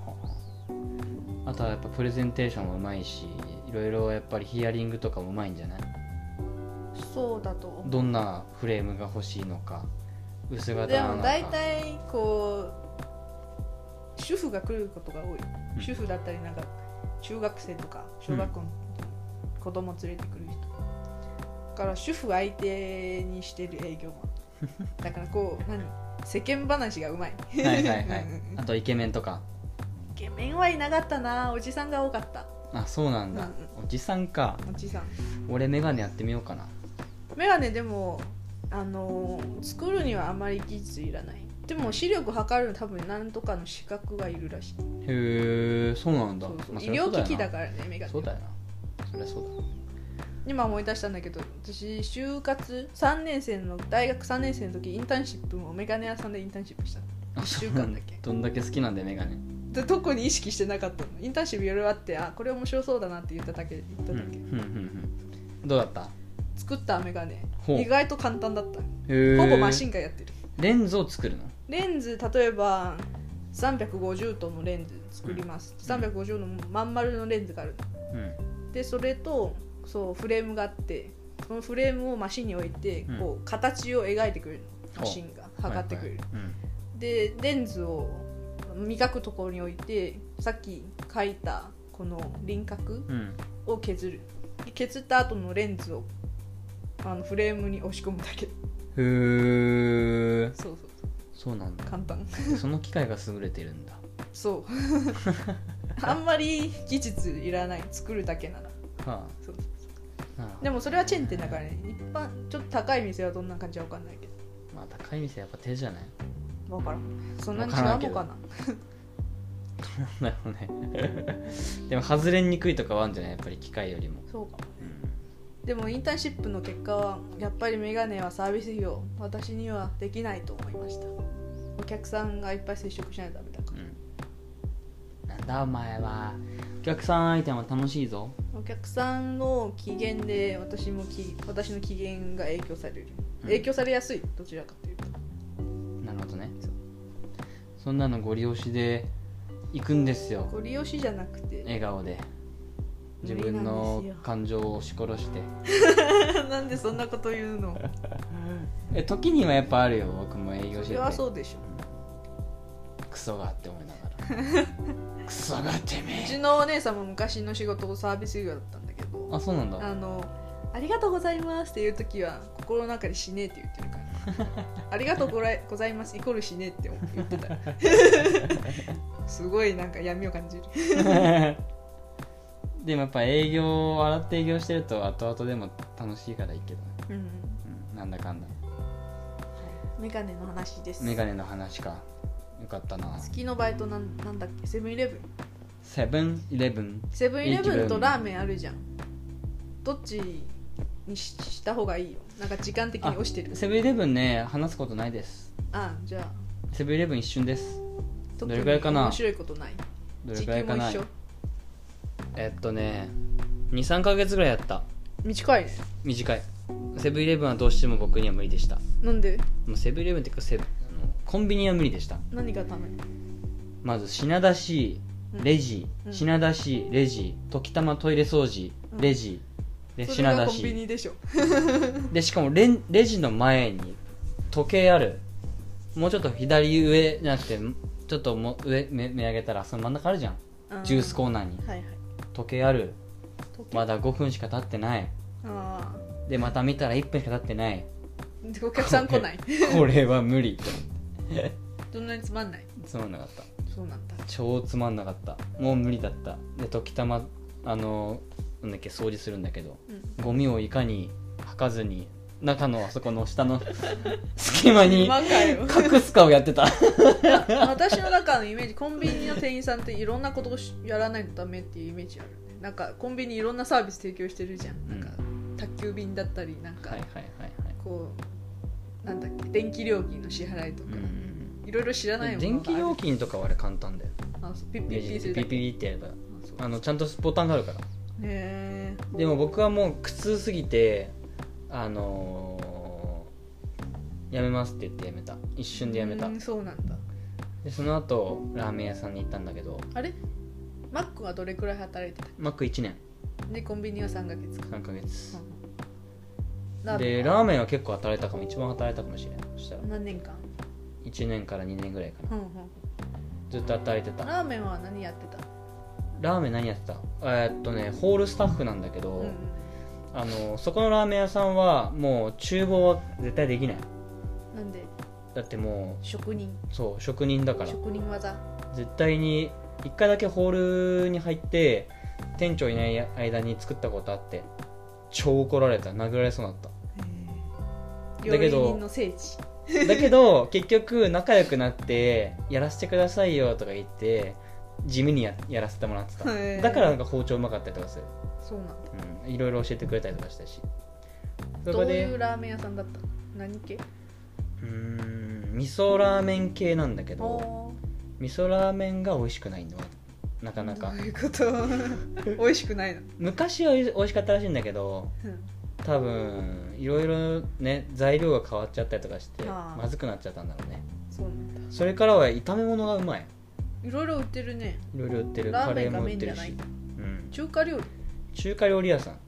B: ああとはやっぱプレゼンテーションもうまいしいろいろやっぱりヒアリングとかもうまいんじゃない
A: そうだと思う
B: どんなフレームが欲しいのか薄型
A: で
B: なの
A: も
B: か
A: 大体こう主婦が来ることが多い
B: うん
A: 主婦だったりなんか中学生とか小学校の子供連れてくる人だから主婦相手にしてる営業 マンだからこう何世間話がうまい
B: はいはいは
A: う
B: い
A: んうんうん
B: あとイケメンとか
A: イケメンはいなかったなおじさんが多かった
B: あそうなんだ、
A: う
B: おじさんか
A: おじさん
B: 俺メガネやってみようかな
A: メガネでもあのー作るにはあまり技術いらないでも視力測るの多分何とかの資格がいるらしい
B: へえそうなんだ
A: そうそう
B: まあ
A: 医
B: そりゃそ
A: 療
B: うよ
A: 機
B: な
A: 器だからねメガネ
B: そうだよなそりゃそうだ
A: 今思い出したんだけど私就活3年生の大学3年生の時インターンシップもメガネ屋さんでインターンシップしたの
B: あ
A: 1週間だけ
B: どんだけ好きなんでメガネ
A: で特に意識してなかったのインターンシップいろいろあってあこれ面白そうだなって言っただけ言った
B: うん
A: だ
B: うん
A: け、
B: うんどうだった
A: 作ったメガネ
B: ほう
A: 意外と簡単だった
B: ほ
A: ほぼマシンがやってる
B: レンズを作るの
A: レンズ例えば350度のレンズ作ります、
B: うん
A: 350のまん丸のレンズがある
B: うん
A: でそれとそうフレームがあってそのフレームをマシンに置いて、
B: うん
A: こう形を描いてくれるの
B: ほう
A: マシンが測ってくれる、
B: はいはい
A: でレンズを磨くところに置いてさっき描いたこの輪郭
B: うんうん
A: を削るで削った後のレンズをあのフレームに押し込むだ け
B: へえ
A: そうそうそう
B: そうなんだ
A: 簡単
B: その機械が優れてるん だ
A: そう あんまり技術いらない作るだけなら
B: は
A: そう
B: あなるほど
A: でもそれはチェーン店だからね一般ちょっと高い店はどんな感じかわかんないけど
B: まあ高い店やっぱ手じゃない
A: 分からんそんなに違う
B: わからんけ
A: の
B: ど
A: かな
B: なるほどね でも外れにくいとかはあるんじゃないやっぱり機械よりも
A: そうかも
B: う
A: ね
B: ん
A: でもインターンシップの結果はやっぱりメガネはサービス業私にはできないと思いましたお客さんがいっぱい接触しないとダメだか
B: うんなんだお前はお客さん相手も楽しいぞ
A: らお客さんの機嫌で私もき私の機嫌が影響される
B: うん
A: 影響されやすいどちらかというと
B: なるほどね
A: そう
B: そんなのご利用しで行くんですよ
A: ご利用しじゃなくて
B: 笑顔で自
A: 無理な
B: 分
A: んですよ
B: の感情を押し殺して
A: なんでそんなこと言うの
B: え時にはやっぱあるよ僕も営業し
A: そ
B: て
A: れはそ
B: て
A: うでしょ
B: クソがって思いながら クソがてめ
A: う
B: え
A: ちのお姉さんも昔の仕事サービス業だったんだけど
B: あそうなんだ
A: あの「ありがとうございます」っていう時は心の中で「死ね」って言ってるから 「ありがとうごらいございます」イコール「死ね」って言ってた すごいなんか闇を感じる
B: でもやっぱ営業笑って営業してると後々でも楽しいからいいけどね、
A: うん
B: うん、なんだかんだ
A: メガネの話です
B: メガネの話かよかったな
A: 月のバイトなんなんだっけセブンイレブン
B: セブンイレブン
A: セブンイレブンとラーメンあるじゃんどっちにしした方がいいよなんか時間的に落ちてる
B: セブンイレブンね話すことないです
A: あじゃあ
B: セブンイレブン一瞬です
A: 特
B: ど
A: に
B: れぐらいかな
A: 面白いことない
B: どれ
A: 時
B: くら
A: 給
B: い
A: も
B: かな
A: 一緒
B: えっとね23ヶ月ぐらいやった
A: 短いね
B: 短いセブンイレブンはどうしても僕には無理でした
A: なんで
B: もうセブンイレブンっていうかセブンあのコンビニは無理でした
A: 何がダメ
B: まず品出し
A: うん
B: レジ、
A: うん
B: 品出しレジ時たまトイレ掃除
A: うん
B: レジ、で
A: それが
B: 品出
A: コンビ
B: し
A: ニでしょ
B: でしかもレンレジの前に時計あるもうちょっと左上じゃなくてちょっともう上目目上げたらその真ん中あるじゃんジュースコーナーに
A: はいはい
B: 時計ある
A: 時計
B: まだ5分しか経ってない
A: あ
B: でまた見たら1分しか経ってない
A: ーでお客さん来ない
B: これは無理
A: どんなにつまんない
B: つまんなかった
A: そうなんだ
B: 超つまんなかったもう無理だったで時たまあのなんだっけ掃除するんだけど
A: うん
B: ゴミをいかに吐かずに中のあそこの下 の隙間に
A: 馬かよ
B: 隠すかをやってた
A: 私の中のイメージコンビニの店員さんっていろんなことをしやらないとダメっていうイメージあるねなんかコンビニいろんなサービス提供してるじゃんなんか宅急便だったりなんか
B: はいはいはいはい
A: こうなんだっけ電気料金の支払いとか
B: うん
A: いろいろ知らないものがある
B: 電気料金とかはあれ簡単だよ
A: あそうピッピ
B: ピ
A: ッピッする
B: ッ
A: だ
B: ピ
A: け
B: ピってやれば
A: あそう
B: あのちゃんとボタンがあるから
A: へえ
B: でも僕はもう苦痛すぎてあのーやめますって言ってやめた一瞬でやめた
A: うんそうなんだ
B: でその後ラーメン屋さんに行ったんだけど
A: あれマックはどれくらい働いてた
B: マック1年
A: でコンビニは3ヶ月か
B: 3ヶ月
A: ラーメン
B: で
A: は
B: ラーメンは結構働いたかも一番働いたかもしれないそしたら
A: 何年間、
B: 1年から2年ぐらいかな
A: うんうん
B: ずっと働いてた
A: ラーメンは何やってた、
B: ラーメン何やってたえーっとねホールスタッフなんだけど、
A: うんうん、
B: あのそこのラーメン屋さんはもう厨房は絶対できない
A: なんで
B: だっても
A: 職人
B: うそう職人だから
A: 職人技
B: 絶対に1回だけホールに入って店長いない間に作ったことあって超怒られた殴られそうにな っ
A: 料
B: だ
A: 理
B: けど
A: 人の聖地
B: ただけど結局仲良くなってやらせてくださいよとか言って地味にややらせてもらってた
A: へー
B: だからなんか包丁うまかったりとかする、
A: そうなんだ
B: うん、いろいろ教えてくれたりとかしたしそ
A: どう
B: こ
A: い
B: で
A: うラーメン屋さんだったの何系
B: うーん味噌ラーメン系なんだけど
A: おー
B: 味噌ラーメンが美味しくないのはなかなか
A: どういうこと 美味しくないの、
B: 昔は美味しかったらしいんだけど
A: うん
B: 多分いろいろね材料が変わっちゃったりとかして
A: あー
B: まずくなっちゃったんだろうね
A: そうなんだ
B: それからは炒め物がうまい
A: いろいろ売ってるね
B: いろいろ売ってる
A: ラ
B: カ
A: ーメ
B: レー
A: ンが
B: も売
A: メ
B: っ
A: イン
B: て
A: じゃ
B: る
A: ない
B: し、うん、
A: 中華料理
B: 中華料理屋さん、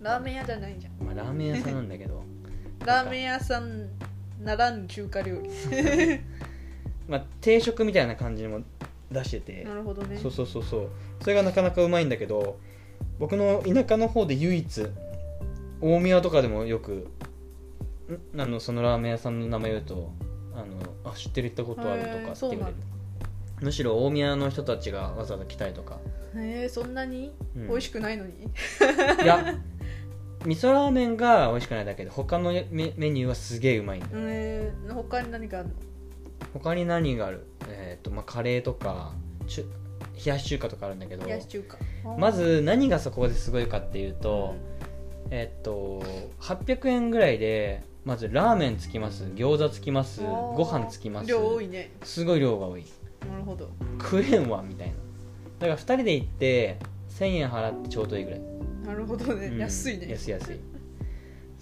A: ラーメン屋じゃないじゃん
B: まあ、ラーメン屋さんなんだけ ど
A: ラーメン屋さんならぬ中華料理
B: まあ定食みたいな感じにも出してて
A: なるほどね
B: そうそうそうそうそれがなかなかうまいんだけど僕の田舎の方で唯一大宮とかでもよくんあのそのラーメン屋さんの名前言うとあのあ知ってる行ったことあるとか
A: へー
B: って
A: そう
B: 言わ
A: な
B: れる
A: んだ
B: むしろ大宮の人たちがわざわざ来たりとか、
A: へえそんなに
B: うん
A: 美味しくないのに、
B: いや味噌ラーメンが美味しくないだけで他のメメニューはすげえうまいんだよ
A: えー、他に何かあるの
B: 他に何があるえっ、とまあカレーとかちゅ冷やし中華とかあるんだけど
A: 冷やし中華
B: まず何がそこですごいかっていうと、えっと800円ぐらいでまずラーメンつきます餃子つきます
A: うん
B: ご飯つきます
A: 量多いね
B: すごい量が多い
A: なるほど
B: 食えんわみたいなだから2人で行って1000円払ってちょうどいいぐらい、
A: なるほどね、
B: うん
A: 安いね
B: 安い安い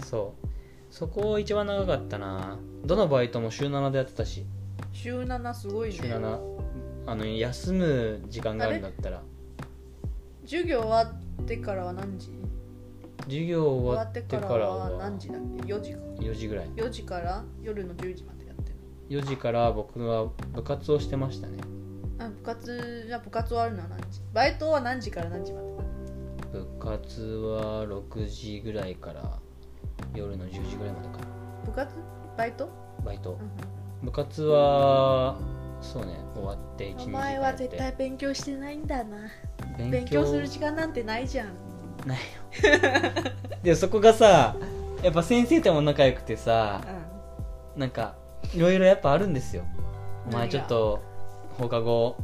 B: そうそこ一番長かったなどのバイトも週7でやってたし
A: 週7すごいね
B: 週7あの休む時間があるんだったら
A: 授業終わってからは何時
B: 授業終
A: 終わ
B: わっ
A: ってて
B: か
A: からら
B: は
A: は何時だっけ4時か
B: 4時ぐらい
A: 4時から夜の10時までやってる
B: 4時から僕は部活をしてましたね
A: あ部活じゃあ部活終わるのは何時バイトは何時から何時まで
B: 部活は6時ぐらいから夜の10時ぐらいまでかな
A: 部活バイト、
B: バイト
A: うんうん
B: 部活はそうね終わって1
A: お
B: 日
A: 前は絶対勉強してないんだな勉強する時間なんてないじゃん
B: ないよ でそこがさやっぱ先生とも仲良くてさ
A: う
B: なんかいろいろやっぱあるんですよお前
A: 何が
B: ちょっと放課後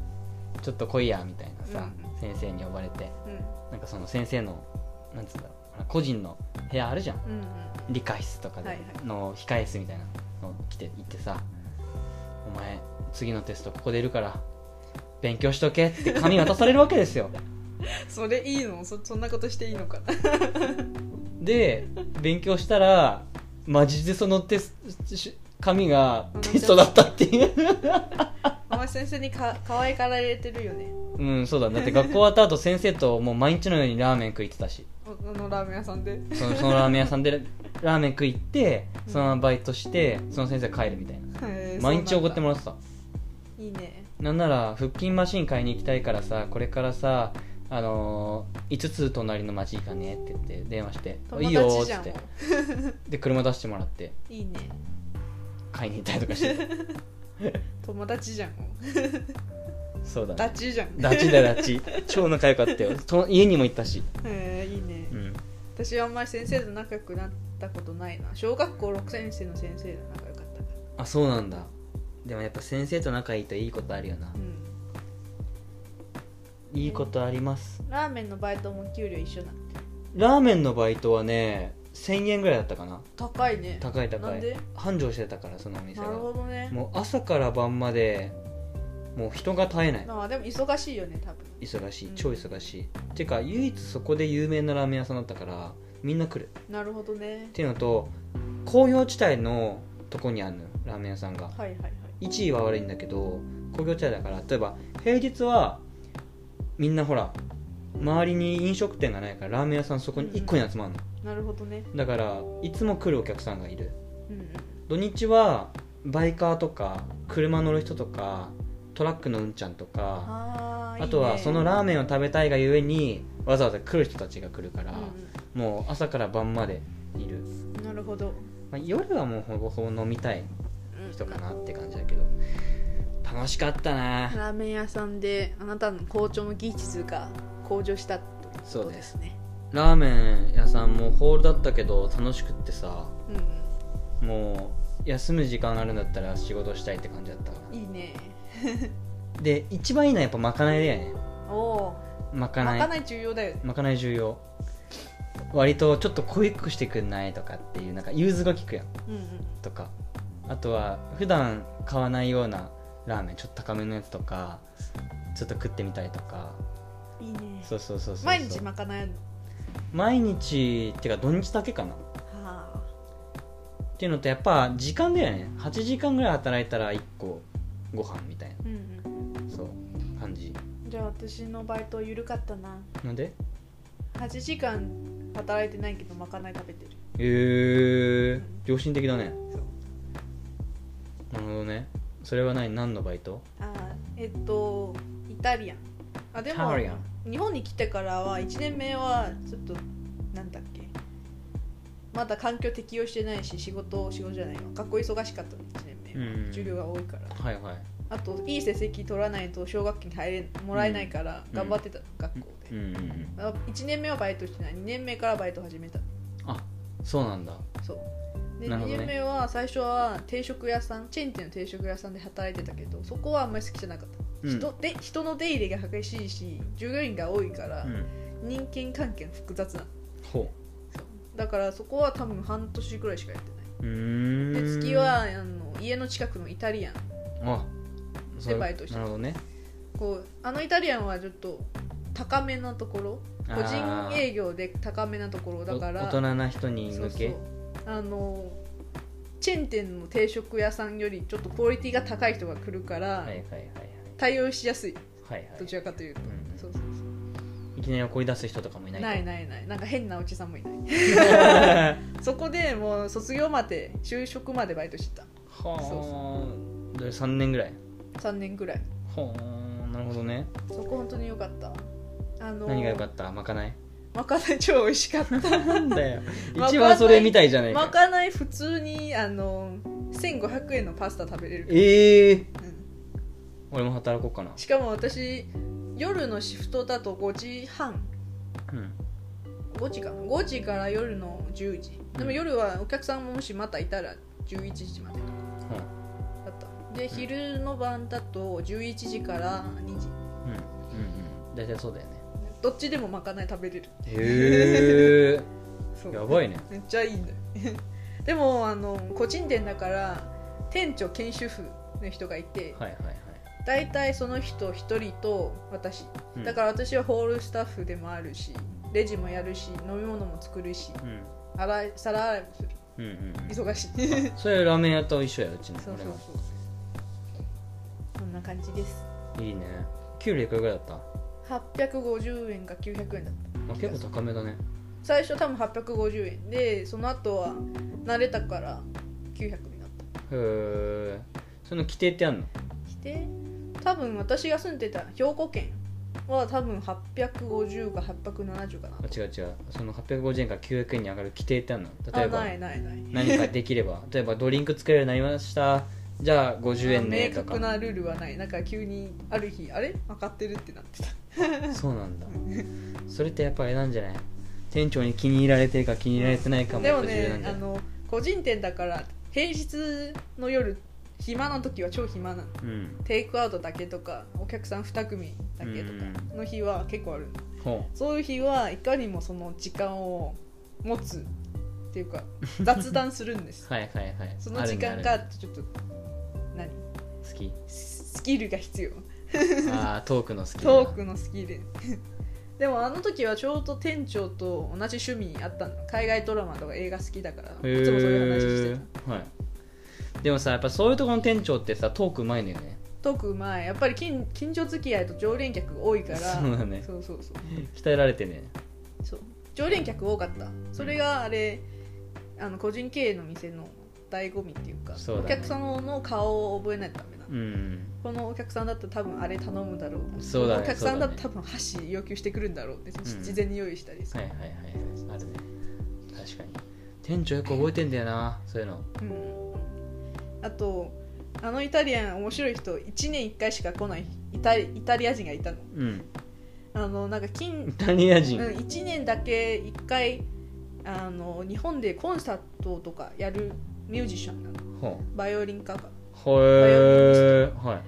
B: ちょっと来いやみたいなさ、
A: う
B: 先生に呼ばれて
A: ん
B: なんかその先生のなんつうんだろう個人の部屋あるじゃん
A: うんうん
B: 理科室と
A: は
B: か
A: い
B: で
A: は
B: の控え室みたいなの来て行ってさ「お前次のテストここでいるから勉強しとけ」って紙渡されるわけです よ
A: それいいのそそんなことしていいの かな
B: で勉強したらマジでそのテスし紙がテストだったっていう
A: お前先生にか可愛かられてるよね
B: うんそうだだって学校終わった後先生ともう毎日のようにラーメン食いってたし
A: おあのラーメン屋さんで
B: そのそのラーメン屋さん でラーメン食いってそのままバイトしてその先生帰るみたい な毎日おごって
A: ら
B: もらってた
A: ういいね
B: なんなら腹筋マシン買いに行きたいからさこれからさあのー、5つ隣の町行かねって言って電話して「い
A: 友
B: いよ」
A: 達
B: っ
A: じ
B: つ
A: ゃ
B: っ
A: ん
B: て
A: も
B: で車出してもらって
A: ういいね
B: 買いに行ったりとかして
A: 友達じゃんもう
B: そうだ
A: ダ
B: ね
A: チじゃん
B: ダチだよダチ超仲良かったよ と家にも行ったし、
A: へえいいね
B: うん、
A: 私はあんまり先生と仲良くなったことないな小学校6年生の先生と仲良かったか
B: あそうなんだでもやっぱ先生と仲いいといいことあるよな
A: らうん
B: いいことあります
A: ラーメンのバイトも給料一緒なんて
B: ラーメンのバイトはね1000円ぐらいだったかな
A: 高いね
B: 高い高い
A: なんで
B: 繁盛してたからそのお店
A: な
B: が
A: るほどね
B: もう朝から晩までもう人が絶えない
A: まあでも忙しいよね多分
B: 忙しい
A: うん
B: 超忙しい、てか唯一そこで有名なラーメン屋さんだったからみんな来る
A: なるほどね
B: っていうのと工業地帯のとこにあるのよラーメン屋さんが
A: はいはいはい
B: 1位は悪いんだけど工業地帯だから例えば平日はみんなほら周りに飲食店がないからラーメン屋さんそこに1個に集まるの、
A: なるほどね
B: だからいつも来るお客さんがいる
A: うんうん
B: 土日はバイカーとか車乗る人とかトラックのうんちゃんとか
A: あー
B: あとはその
A: ー
B: ラーメンを食べたいがゆえにわざわざ来る人たちが来るから、
A: う
B: もう朝から晩までいる、
A: んうんなるほど、
B: まあ、夜はもうほぼほぼ飲みたい
A: うん
B: 人かなって感じだけど楽しかったな
A: ラーメン屋さんであなたの校長の技術が向上したということですね
B: ラーメン屋さんもホールだったけど楽しくってさ
A: うん
B: もう休む時間あるんだったら仕事したいって感じだったわ
A: うんいいね
B: で一番いいのはやっぱまかないだよね
A: おお
B: まかな
A: ま
B: い
A: かない重要だよね
B: まかない重要割とちょっと濃いくしてくんないとかっていうなんか融通が利くやん
A: うんうん
B: とかあとは普段買わないようなラーメンちょっと高めのやつとかちょっと食ってみたりとか
A: いいね
B: そうそうそうそう
A: 毎日まかないの
B: 毎日っていうか土日だけかなっ
A: は
B: ていうのとやっぱ時間だよね8時間ぐらい働いたら1個ご飯みたい
A: あうんうん
B: なそう感じ
A: じゃあ私のバイト緩かったな
B: なんで
A: 8時間働いてないけどまかない食べてる
B: へえー、良心的だね
A: そう
B: なるほどねそれは何何のバイト
A: あーえっとイタリアンあでも
B: イタリアン
A: 日本に来てからは1年目はちょっとなんだっけまだ環境適応してないし仕事仕事じゃないわ学校忙しかったの1年目は、
B: うん
A: 授業が多いから
B: はいはい
A: あといい成績取らないと奨学金入れもらえないから
B: うん
A: 頑張ってたの、学校
B: う
A: で、
B: んうんうん
A: あ1年目はバイトしてない2年目からバイト始めた
B: あそうなんだ
A: そうで、
B: な
A: 2
B: るほどね
A: 年目は最初は定食屋さんチェーン店の定食屋さんで働いてたけどそこはあんまり好きじゃなかった
B: うん
A: 人で人の出入りが激しいし従業員が多いから、
B: うん
A: 人間関係が複雑なの
B: ほ
A: だからそこは多分半年くらいしかやってないう
B: うーん
A: で月はあの家の近くのイタリアン
B: あそれ
A: バイトして
B: な
A: た
B: るほどね
A: こうあのイタリアンはちょっと高めなところ
B: あ
A: 個
B: ー
A: 人営業で高めなところだから
B: お大人な人に向け
A: そうそうあのチェーン店の定食屋さんよりちょっとクオリティが高い人が来るから、
B: はいはいはい
A: 対応しやすい
B: はいはいは
A: どちらかというと、
B: うんうん
A: そうそうそう
B: いいきなり怒り出す人とかもいないと
A: ないないないなんか変なおじさんもいないそこでもう卒業まで就職までバイトして
B: はあそうそう3年ぐらい
A: た3年ぐらい
B: はあなるほどね
A: そこ本当に良かったあの
B: 何が良かったまかない
A: まかない超美味しかった
B: なんだよ
A: まかない
B: 一番それみたいじゃない
A: ま
B: か
A: かない普通にあの1500円のパスタ食べれるから
B: ええー、
A: うん
B: 俺も働こうかな
A: しかも私夜のシフトだと5時半
B: うん
A: 5時かな5時から夜の10時でも夜はお客さんももしまたいたら11時までとかだったで昼の晩だと11時から2時
B: うんうんうん大体そうだよね
A: どっちでもまかない食べれるそ
B: へえ
A: う
B: やばいね
A: めっちゃいいんだよ でもあの個人店だから店長研修婦の人がいて
B: はいはいはい
A: 大体その人1人と私
B: うん
A: だから私はホールスタッフでもあるしレジもやるし飲み物も作るし
B: うん
A: 洗い皿洗いもする
B: うんうんうん
A: 忙しい
B: それラーメン屋と一緒やうちの
A: そうそう
B: 俺
A: そう
B: も
A: こんな感じです
B: いいね給料いくらぐらいだった、
A: 850円か900円だった
B: まあ、結構高めだね
A: 最初多分850円でその後は慣れたから900になっ
B: へえその規定ってあんの
A: たして多分私が住んでた兵庫県は多分850か870かな
B: あ違う違うその850円から900円に上がる規定ってあんの例え
A: あ
B: ば
A: ないないない
B: 何かできれ ば例えばドリンク作れるようになりましたじゃあ50円ね
A: 明
B: と
A: 確
B: か
A: なルールはないなんか急にある日あれ分かってるってなってた
B: そうなんだそれってやっぱりあれなんじゃない店長に気に入られてるか気に入られてないかも
A: でも
B: 重要なん
A: ね
B: じゃ
A: あ
B: ない
A: の個人店だから平日の夜暇な時は超暇なの
B: うん
A: テイクアウトだけとかお客さん2組だけと
B: うん
A: かの日は結構ある
B: ほ
A: そういう日はいかにもその時間を持つって いうか雑談するんです
B: うはいはいはい
A: その時
B: あ
A: 間
B: るねあ
A: が
B: るね
A: ちょっと何
B: 好き
A: ススキルが必要
B: あートークの好き
A: トークのスキル でもあの時はちょうど店長と同じ趣味あったの海外ドラマとか映画好きだからいつもそういう話してた
B: た、はい、でもさやっぱそういうところの店長ってさトークうまいのよね
A: トークうまいやっぱり近近所付き合いと常連客多いから
B: そうだね
A: そうそうそう
B: 鍛えられてね
A: そう常連客多かったそれがあれあの個人経営の店の醍醐味っていうか
B: そうだね
A: お客様の顔を覚えないとダメなの
B: うん
A: このお客さんだったら多分あれ頼むだろう
B: そうだね
A: このお客さんだっ
B: そ
A: たら多分箸要求してくるんだろうって、
B: ん
A: 事前に用意したりす
B: は
A: る、
B: いはいはいはいあるね確かに店長よく覚えてんだよなそういうの
A: うん、あとあのイタリアン面白い人1年1回しか来ないイタイタリア人がいたの
B: うん
A: あのなんか
B: イ
A: 金
B: タリア人、
A: うん、1年だけ1回あの日本でコンサートとかやるミュージシャンなの
B: ほ
A: バイオリン科か
B: うへえは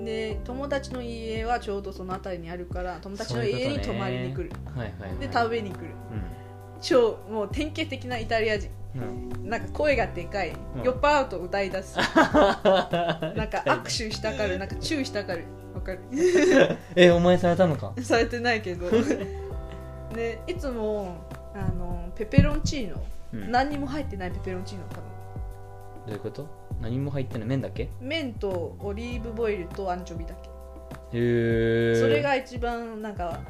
B: い
A: で友達の家はちょうどその辺りにあるから友達の家に泊まりに来る
B: はいはい、はい、
A: で食べに来る
B: う
A: 超もう典型的なイタリア人
B: ん、うん、
A: なんか声がでかい、
B: うん
A: 酔っ払うと歌い出すなん か握手したがるなんかチューしたがるわかる
B: えお前されたのか
A: されてない けどでいつもあのペペロンチーノ、
B: うん
A: 何にも入ってないペペロンチーノ多分
B: どういうこと何も入ってない麺だけへ
A: 麺とオリーブオイルとアンチョビだけ、
B: え
A: それが一番なんか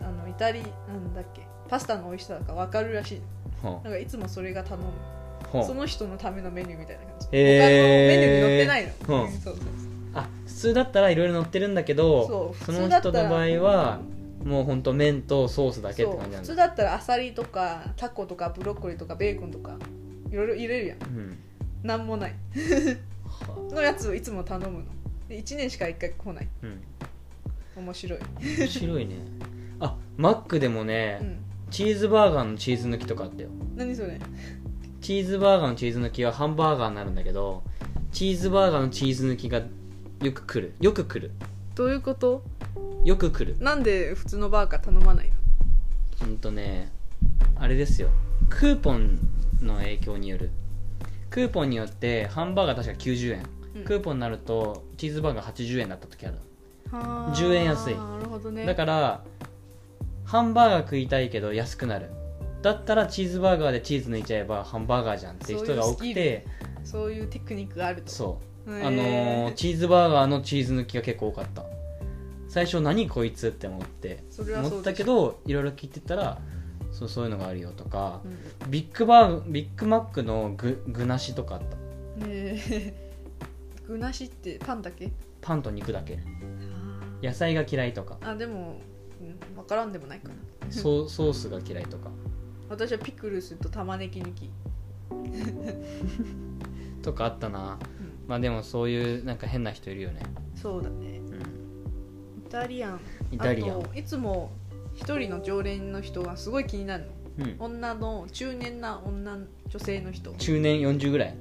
A: うんあのイタリなんだっけパスタの美味しさが分かるらしい
B: ほ
A: なんかいつもそれが頼む
B: うほ
A: そうの人のためのメニューみたいな感じ、
B: へー
A: 他のメニューに載ってないの、
B: うん
A: そうそう
B: あ普通だったらいろいろ載ってるんだけど
A: そう普
B: の
A: 通だった
B: 人
A: ら
B: の場合はもうほんと麺とソースだけっ
A: そ
B: て
A: う
B: 感じ
A: 普
B: なん
A: 通
B: だ
A: だったらアサリとかタコとかブロッコリーとかベーコンとかいろいろ入れるやん
B: うん
A: なんもない
B: は
A: のやつをいつも頼むので1年しか1回来ない
B: あうん
A: 面白い、
B: 面白いねあマックでもね、
A: うん、
B: チーズバーガーのチーズ抜きとかあったよ
A: 何それ
B: チーズバーガーのチーズ抜きはハンバーガーになるんだけどチーズバーガーのチーズ抜きがよく来るよく来る
A: どういうこと
B: よく来る
A: なんで普通のバーガー頼まないの
B: ほんとねあれですよクーポンの影響によるクーポンによってハンバーガー確か90円、
A: うん
B: クーポンになるとチーズバーガー80円だった時ある
A: はー
B: 10円安い
A: なるほどね
B: だからハンバーガー食いたいけど安くなるだったらチーズバーガーでチーズ抜いちゃえばハンバーガーじゃんっていう人が多
A: そ
B: く
A: ういう
B: て
A: そういうテクニックがあると
B: そう、
A: へ
B: あのーチーズバーガーのチーズ抜きが結構多かった最初何こいつって思って
A: それはそうでしょ
B: 思ったけどいろいろ聞いてたらそうそういうのがあるよとか
A: うん
B: ビッグバービッグマックの具具なしとかあった
A: ねえ 具なしってパンだけ
B: パンと肉だけ野菜が嫌いとか
A: あでも、うん、分からんでもないかな
B: ソソースが嫌いとか
A: 私はピクルスと玉ねぎ抜き、
B: とかあったな
A: うん、
B: まあでもそういうなんか変な人いるよね、
A: そうだね
B: うん、
A: イタリアン
B: イタリアン
A: あといつも一人の常連の人がすごい気になるの
B: うん、
A: 女の中年な女女性の人
B: 中年40ぐらい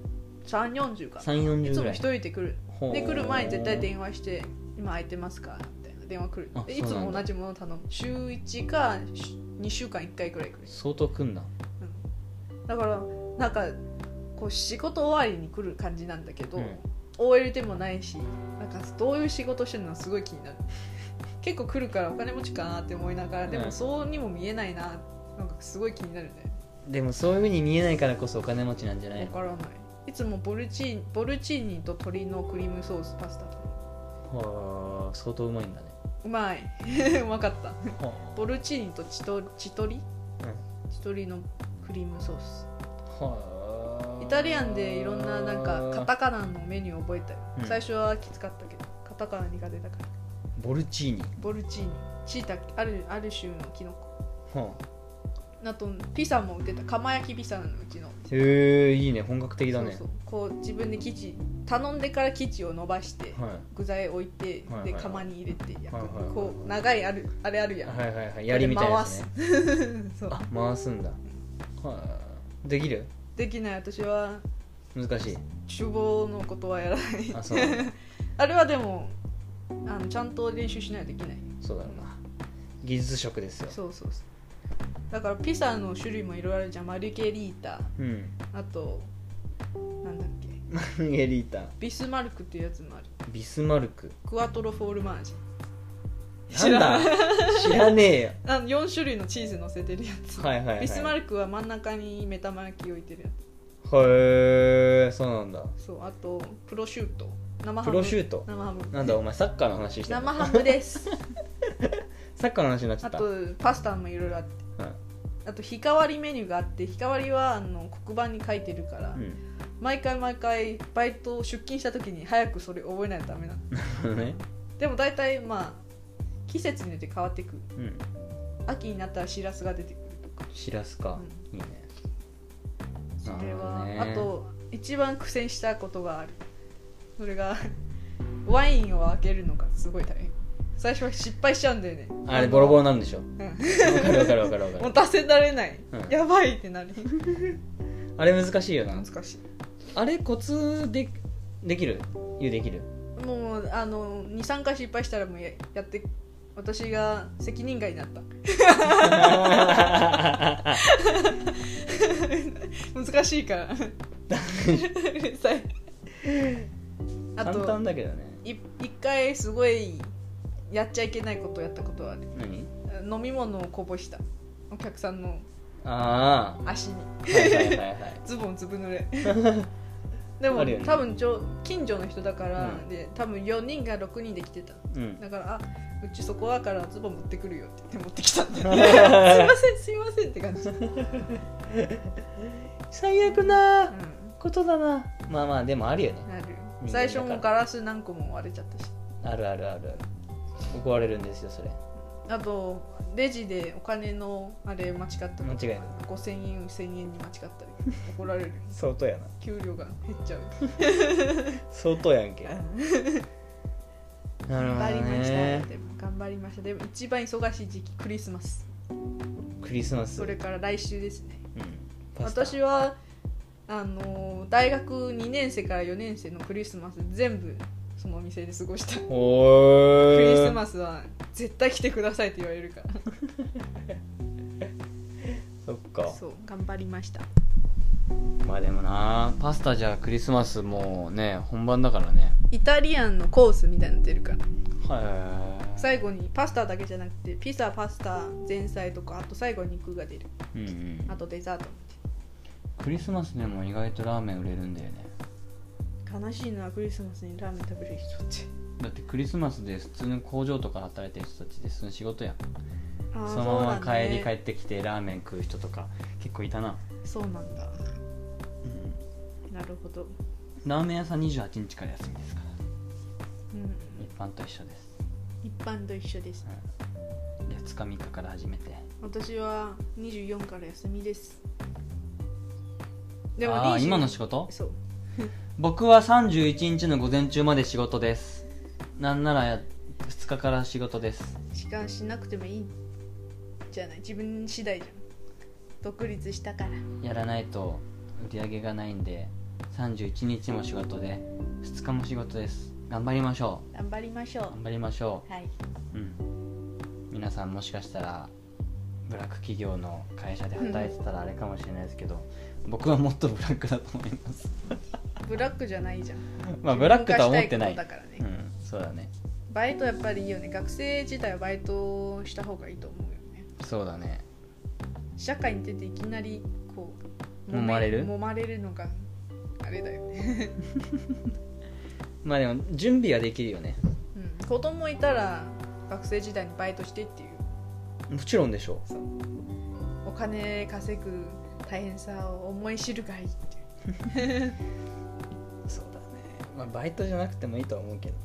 A: 340かい
B: 340
A: つ
B: ぐ
A: も
B: ら
A: 一
B: い
A: 人で来る
B: ほう
A: で来る前に絶対電話して「今空いてますか?」みたいな電話来る
B: あ
A: でい
B: そう
A: つ
B: なんだ
A: も同じもの頼む週1か2週間1回くらい来る
B: 相当来んな
A: だからなんかこう仕事終わりに来る感じなんだけど、
B: うん
A: OL でもないしなんかどういう仕事してるのすごい気になる結構来るからお金持ちかなって思いながらで
B: う
A: も
B: ん
A: そうにも見えないななんかすごい気になるね
B: でもそういうふうに見えないからこそお金持ちなんじゃな
A: 分
B: いの
A: からないいつもボルチーボルチーニと鶏のクリームソースパスタ
B: はあ相当うまいんだね
A: うまい うまかった
B: は
A: ボルチーニとチトチトリ
B: あ、
A: チトリのクリームソース
B: はあ
A: イタリアンでいろんななんかカタカナのメニュー覚えたよ、
B: うん
A: 最初はきつかったけどカタカナ苦手だから
B: ボルチーニ、
A: ボルチーニチータあるある種のキノコ
B: はあ、
A: あとピザも売ってた釜焼きピザなのうちの
B: へえいいね本格的だね
A: そうそうこう自分で生地頼んでから生地を伸ばして、
B: はい
A: 具材置いて、
B: はいはい
A: で
B: はい
A: 釜に入れて焼く、
B: はいはいはい
A: こう長いあるあれあるやん、
B: はいはいはい槍みたいなやつね
A: そう
B: あ回すんだはあできる
A: できない私は
B: 難しい
A: 厨房のことはやらない
B: あそう
A: あれはでもあのちゃんと練習しないといけない
B: そうだろうな技術職ですよ
A: そうそうそうだからピザの種類もいろいろあるじゃんマルゲリータ
B: うん
A: あとなんだっけ
B: マルゲリータ
A: ビスマルクっていうやつもある
B: ビスマルク
A: クワトロフォールマージ
B: なんだ知らねえよ
A: あの4種類のチーズ乗せてるやつ、
B: はいはい、はい、
A: ビスマ
B: ル
A: ルクは真ん中に目玉焼き置いてるや
B: クへえそうなんだ
A: つそうあとプロシュート生ハ
B: プ
A: ム
B: ロシュート
A: 生ハム
B: なんだお前サッカーの話してん
A: 生
B: の
A: ハムです
B: サッカーの話になっちゃ
A: あ
B: った
A: とパスタもいろいろあってあと日替わりメニューがあって日替わりはあの黒板に書いてるから、
B: うんうん
A: 毎回毎回バイト出勤した時に早くそれ覚えないとダメなの
B: あのね
A: でも大体まあ季節によって変わってく
B: うん
A: 秋になったらシラスが出てくるとか
B: しらすか、いいね
A: それ
B: な
A: は、
B: るほどね
A: あと一番苦戦したことがあるそれが ワインを開けるのがすごい大変最初は失敗しちゃうんだよね
B: あれボロボロ
A: ロ
B: なんでしょわ
A: うん
B: かるわかるわかるわか
A: もう
B: る
A: 出せられない、
B: うん
A: やばいってなる
B: あれ難しいよな
A: 難し
B: あれコツでできるゆうできる
A: いもうあの23回失敗したらもうややって私が責任外になった 難しいからう るさいあ
B: 簡
A: と
B: 単だけどね
A: い一回すごいやっちゃいけないことをやったことはある
B: 何
A: 飲み物をこぼしたお客さんの
B: あ
A: 足に
B: あ はいはいはいはい
A: ズボンずぶ濡れ でも、
B: あるよね
A: 多分ちょ近所の人だから、
B: うん
A: で多分4人が6人で来てた
B: うん
A: だからあうちそこだからズボン持ってくるよって言って持ってきたんだよ ねすいませんすいませんって感じ、うん
B: 最悪なことだなまあまあでもあるよね
A: なる
B: 人間だから
A: 最初もガラス何個も割れちゃったし
B: あるあるあるある怒られるんですよそれ
A: あとレジでお金のあれ間違ったこと
B: 間違え
A: 5000円1000円に間違ったり怒られ る
B: 相当やな
A: 給料が減っちゃう
B: 相当やんけなる
A: 頑
B: ほど
A: 張りました
B: ね
A: でも頑張りましたでも一番忙しい時期クリスマス
B: クリスマス
A: それから来週ですね
B: うんパスタ
A: 私はあのー大学2年生から4年生のクリスマス全部そのお店で過ごした
B: お
A: クリス
B: ス
A: マスは絶対来てくださいって言われるか
B: そっ
A: ら
B: か
A: そう頑張りました
B: まあでもなパスタじゃクリスマスもうね本番だからね
A: イタリアンのコースみたいになの出るから
B: はい
A: 最後にパスタだけじゃなくてピザパスタ前菜とかあと最後に肉が出る
B: うんうん
A: あとデザート
B: クリスマスでも意外とラーメン売れるんだよね
A: 悲しいなクリスマスにラーメン食べる人って
B: だってクリスマスで普通の工場とか働いてる人たちでその仕事やん
A: あー
B: そのまま
A: そうなんだ
B: 帰
A: ね
B: り帰ってきてラーメン食う人とか結構いたな、
A: そうなんだなるほど、
B: ラーメン屋さん28日から休みですから
A: うん、
B: 一般と一緒です、
A: 一般と一緒です
B: うん、で2日3日から始めて
A: 私は24から休みです
B: ああ
A: 20
B: 今の仕事
A: そう
B: 僕は31日の午前中まで仕事ですなんならや2日から仕事です
A: 時間しなくてもいいんじゃない自分次第じゃん独立したから
B: やらないと売り上げがないんで31日も仕事で2日も仕事です頑張りましょ
A: 頑張りまし
B: う
A: ょ
B: 頑張りましょ
A: うはいう
B: うん皆さんもしかしたらブラック企業の会社で働いてたらあれかもしれないですけど僕はもっとブラックだと思います
A: ブラックじゃないじゃん
B: まあブラックとは思ってな
A: 自分がしたいこと
B: い
A: だからね、
B: うんそうだね
A: バイトやっぱりいいよね学生時代はバイトをした方がいいと思うよね
B: そうだね
A: 社会に出ていきなりこう
B: 揉まれる
A: 揉まれるのがあれだよね、
B: まあでも準備はできるよね
A: うん、子供いたら学生時代にバイトしてっていう
B: もちろんでしょ
A: そうお金稼ぐ大変さを思い知るがいいっていう
B: うそうだねまあバイトじゃなくてもいいとは思うけど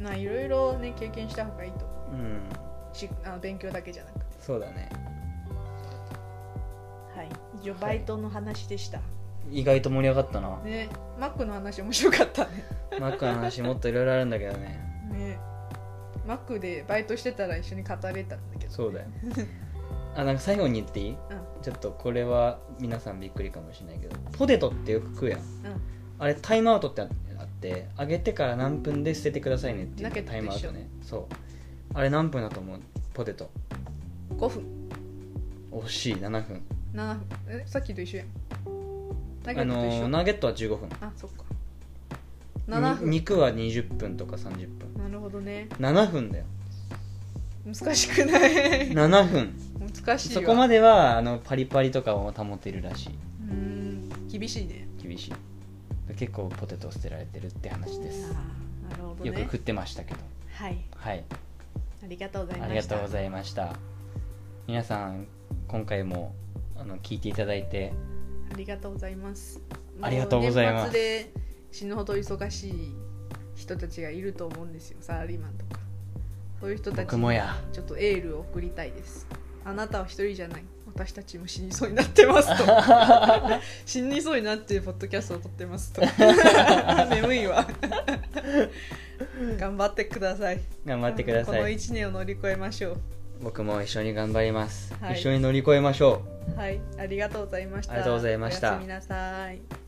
A: まあいろいろね経験した方がいいと思
B: うん
A: うしあの勉強だけじゃなくて
B: そうだね
A: はい以上バイトの話でした、
B: 意外と盛り上がったな
A: ねマックの話面白かったね
B: マックの話もっといろいろあるんだけどね
A: ねマックでバイトしてたら一緒に語れたんだけど、ね、
B: そうだよ あなんか最後に言っていい、
A: う
B: ちょっとこれは皆さんびっくりかもしれないけどポテトってよく食うやん
A: う
B: あれタイムアウトってあって揚げてから何分で捨ててくださいねってい
A: ナ
B: う
A: ゲット
B: タイムアウトねそうあれ何分だと思うポテト
A: ん、5分
B: 惜しい7分
A: 7分えさっきと一緒やんナゲ
B: あ
A: ットと一緒
B: のー
A: あ,、
B: ナゲットは15分
A: そっか7分
B: に肉は20分とか30分
A: なるほどね
B: 7分 だよ
A: 難しくない
B: 7分
A: 難しいわ
B: そこまではあのパリパリとかを保てるらしいう
A: ーん厳しいね
B: 厳しい結構ポテト捨てられてるって話です、
A: あーなるほどね
B: よく食ってましたけど
A: はい
B: はい
A: ありがとうございま
B: あ
A: した
B: りがとうございました皆さん今回もあの聞いていただいて
A: ありがとうございます
B: ありがとうございます
A: もう年末で死ぬほど忙しい人たちがいると思うんですよサラリーマンとかそういう人たちに
B: 僕もや
A: ちょっとエールを送りたいですあなたは一人じゃない私たちも死にそうになってます と死にそうになってポッドキャストを撮って ますと眠いわ頑張ってください
B: 頑張ってくだ
A: この
B: さい
A: 1年を乗り越えましょ
B: 僕も一緒に頑張ります、
A: はい
B: 一緒に乗り越えましょう
A: うはいありがとうございました
B: ありがとうございました
A: おやすみなさい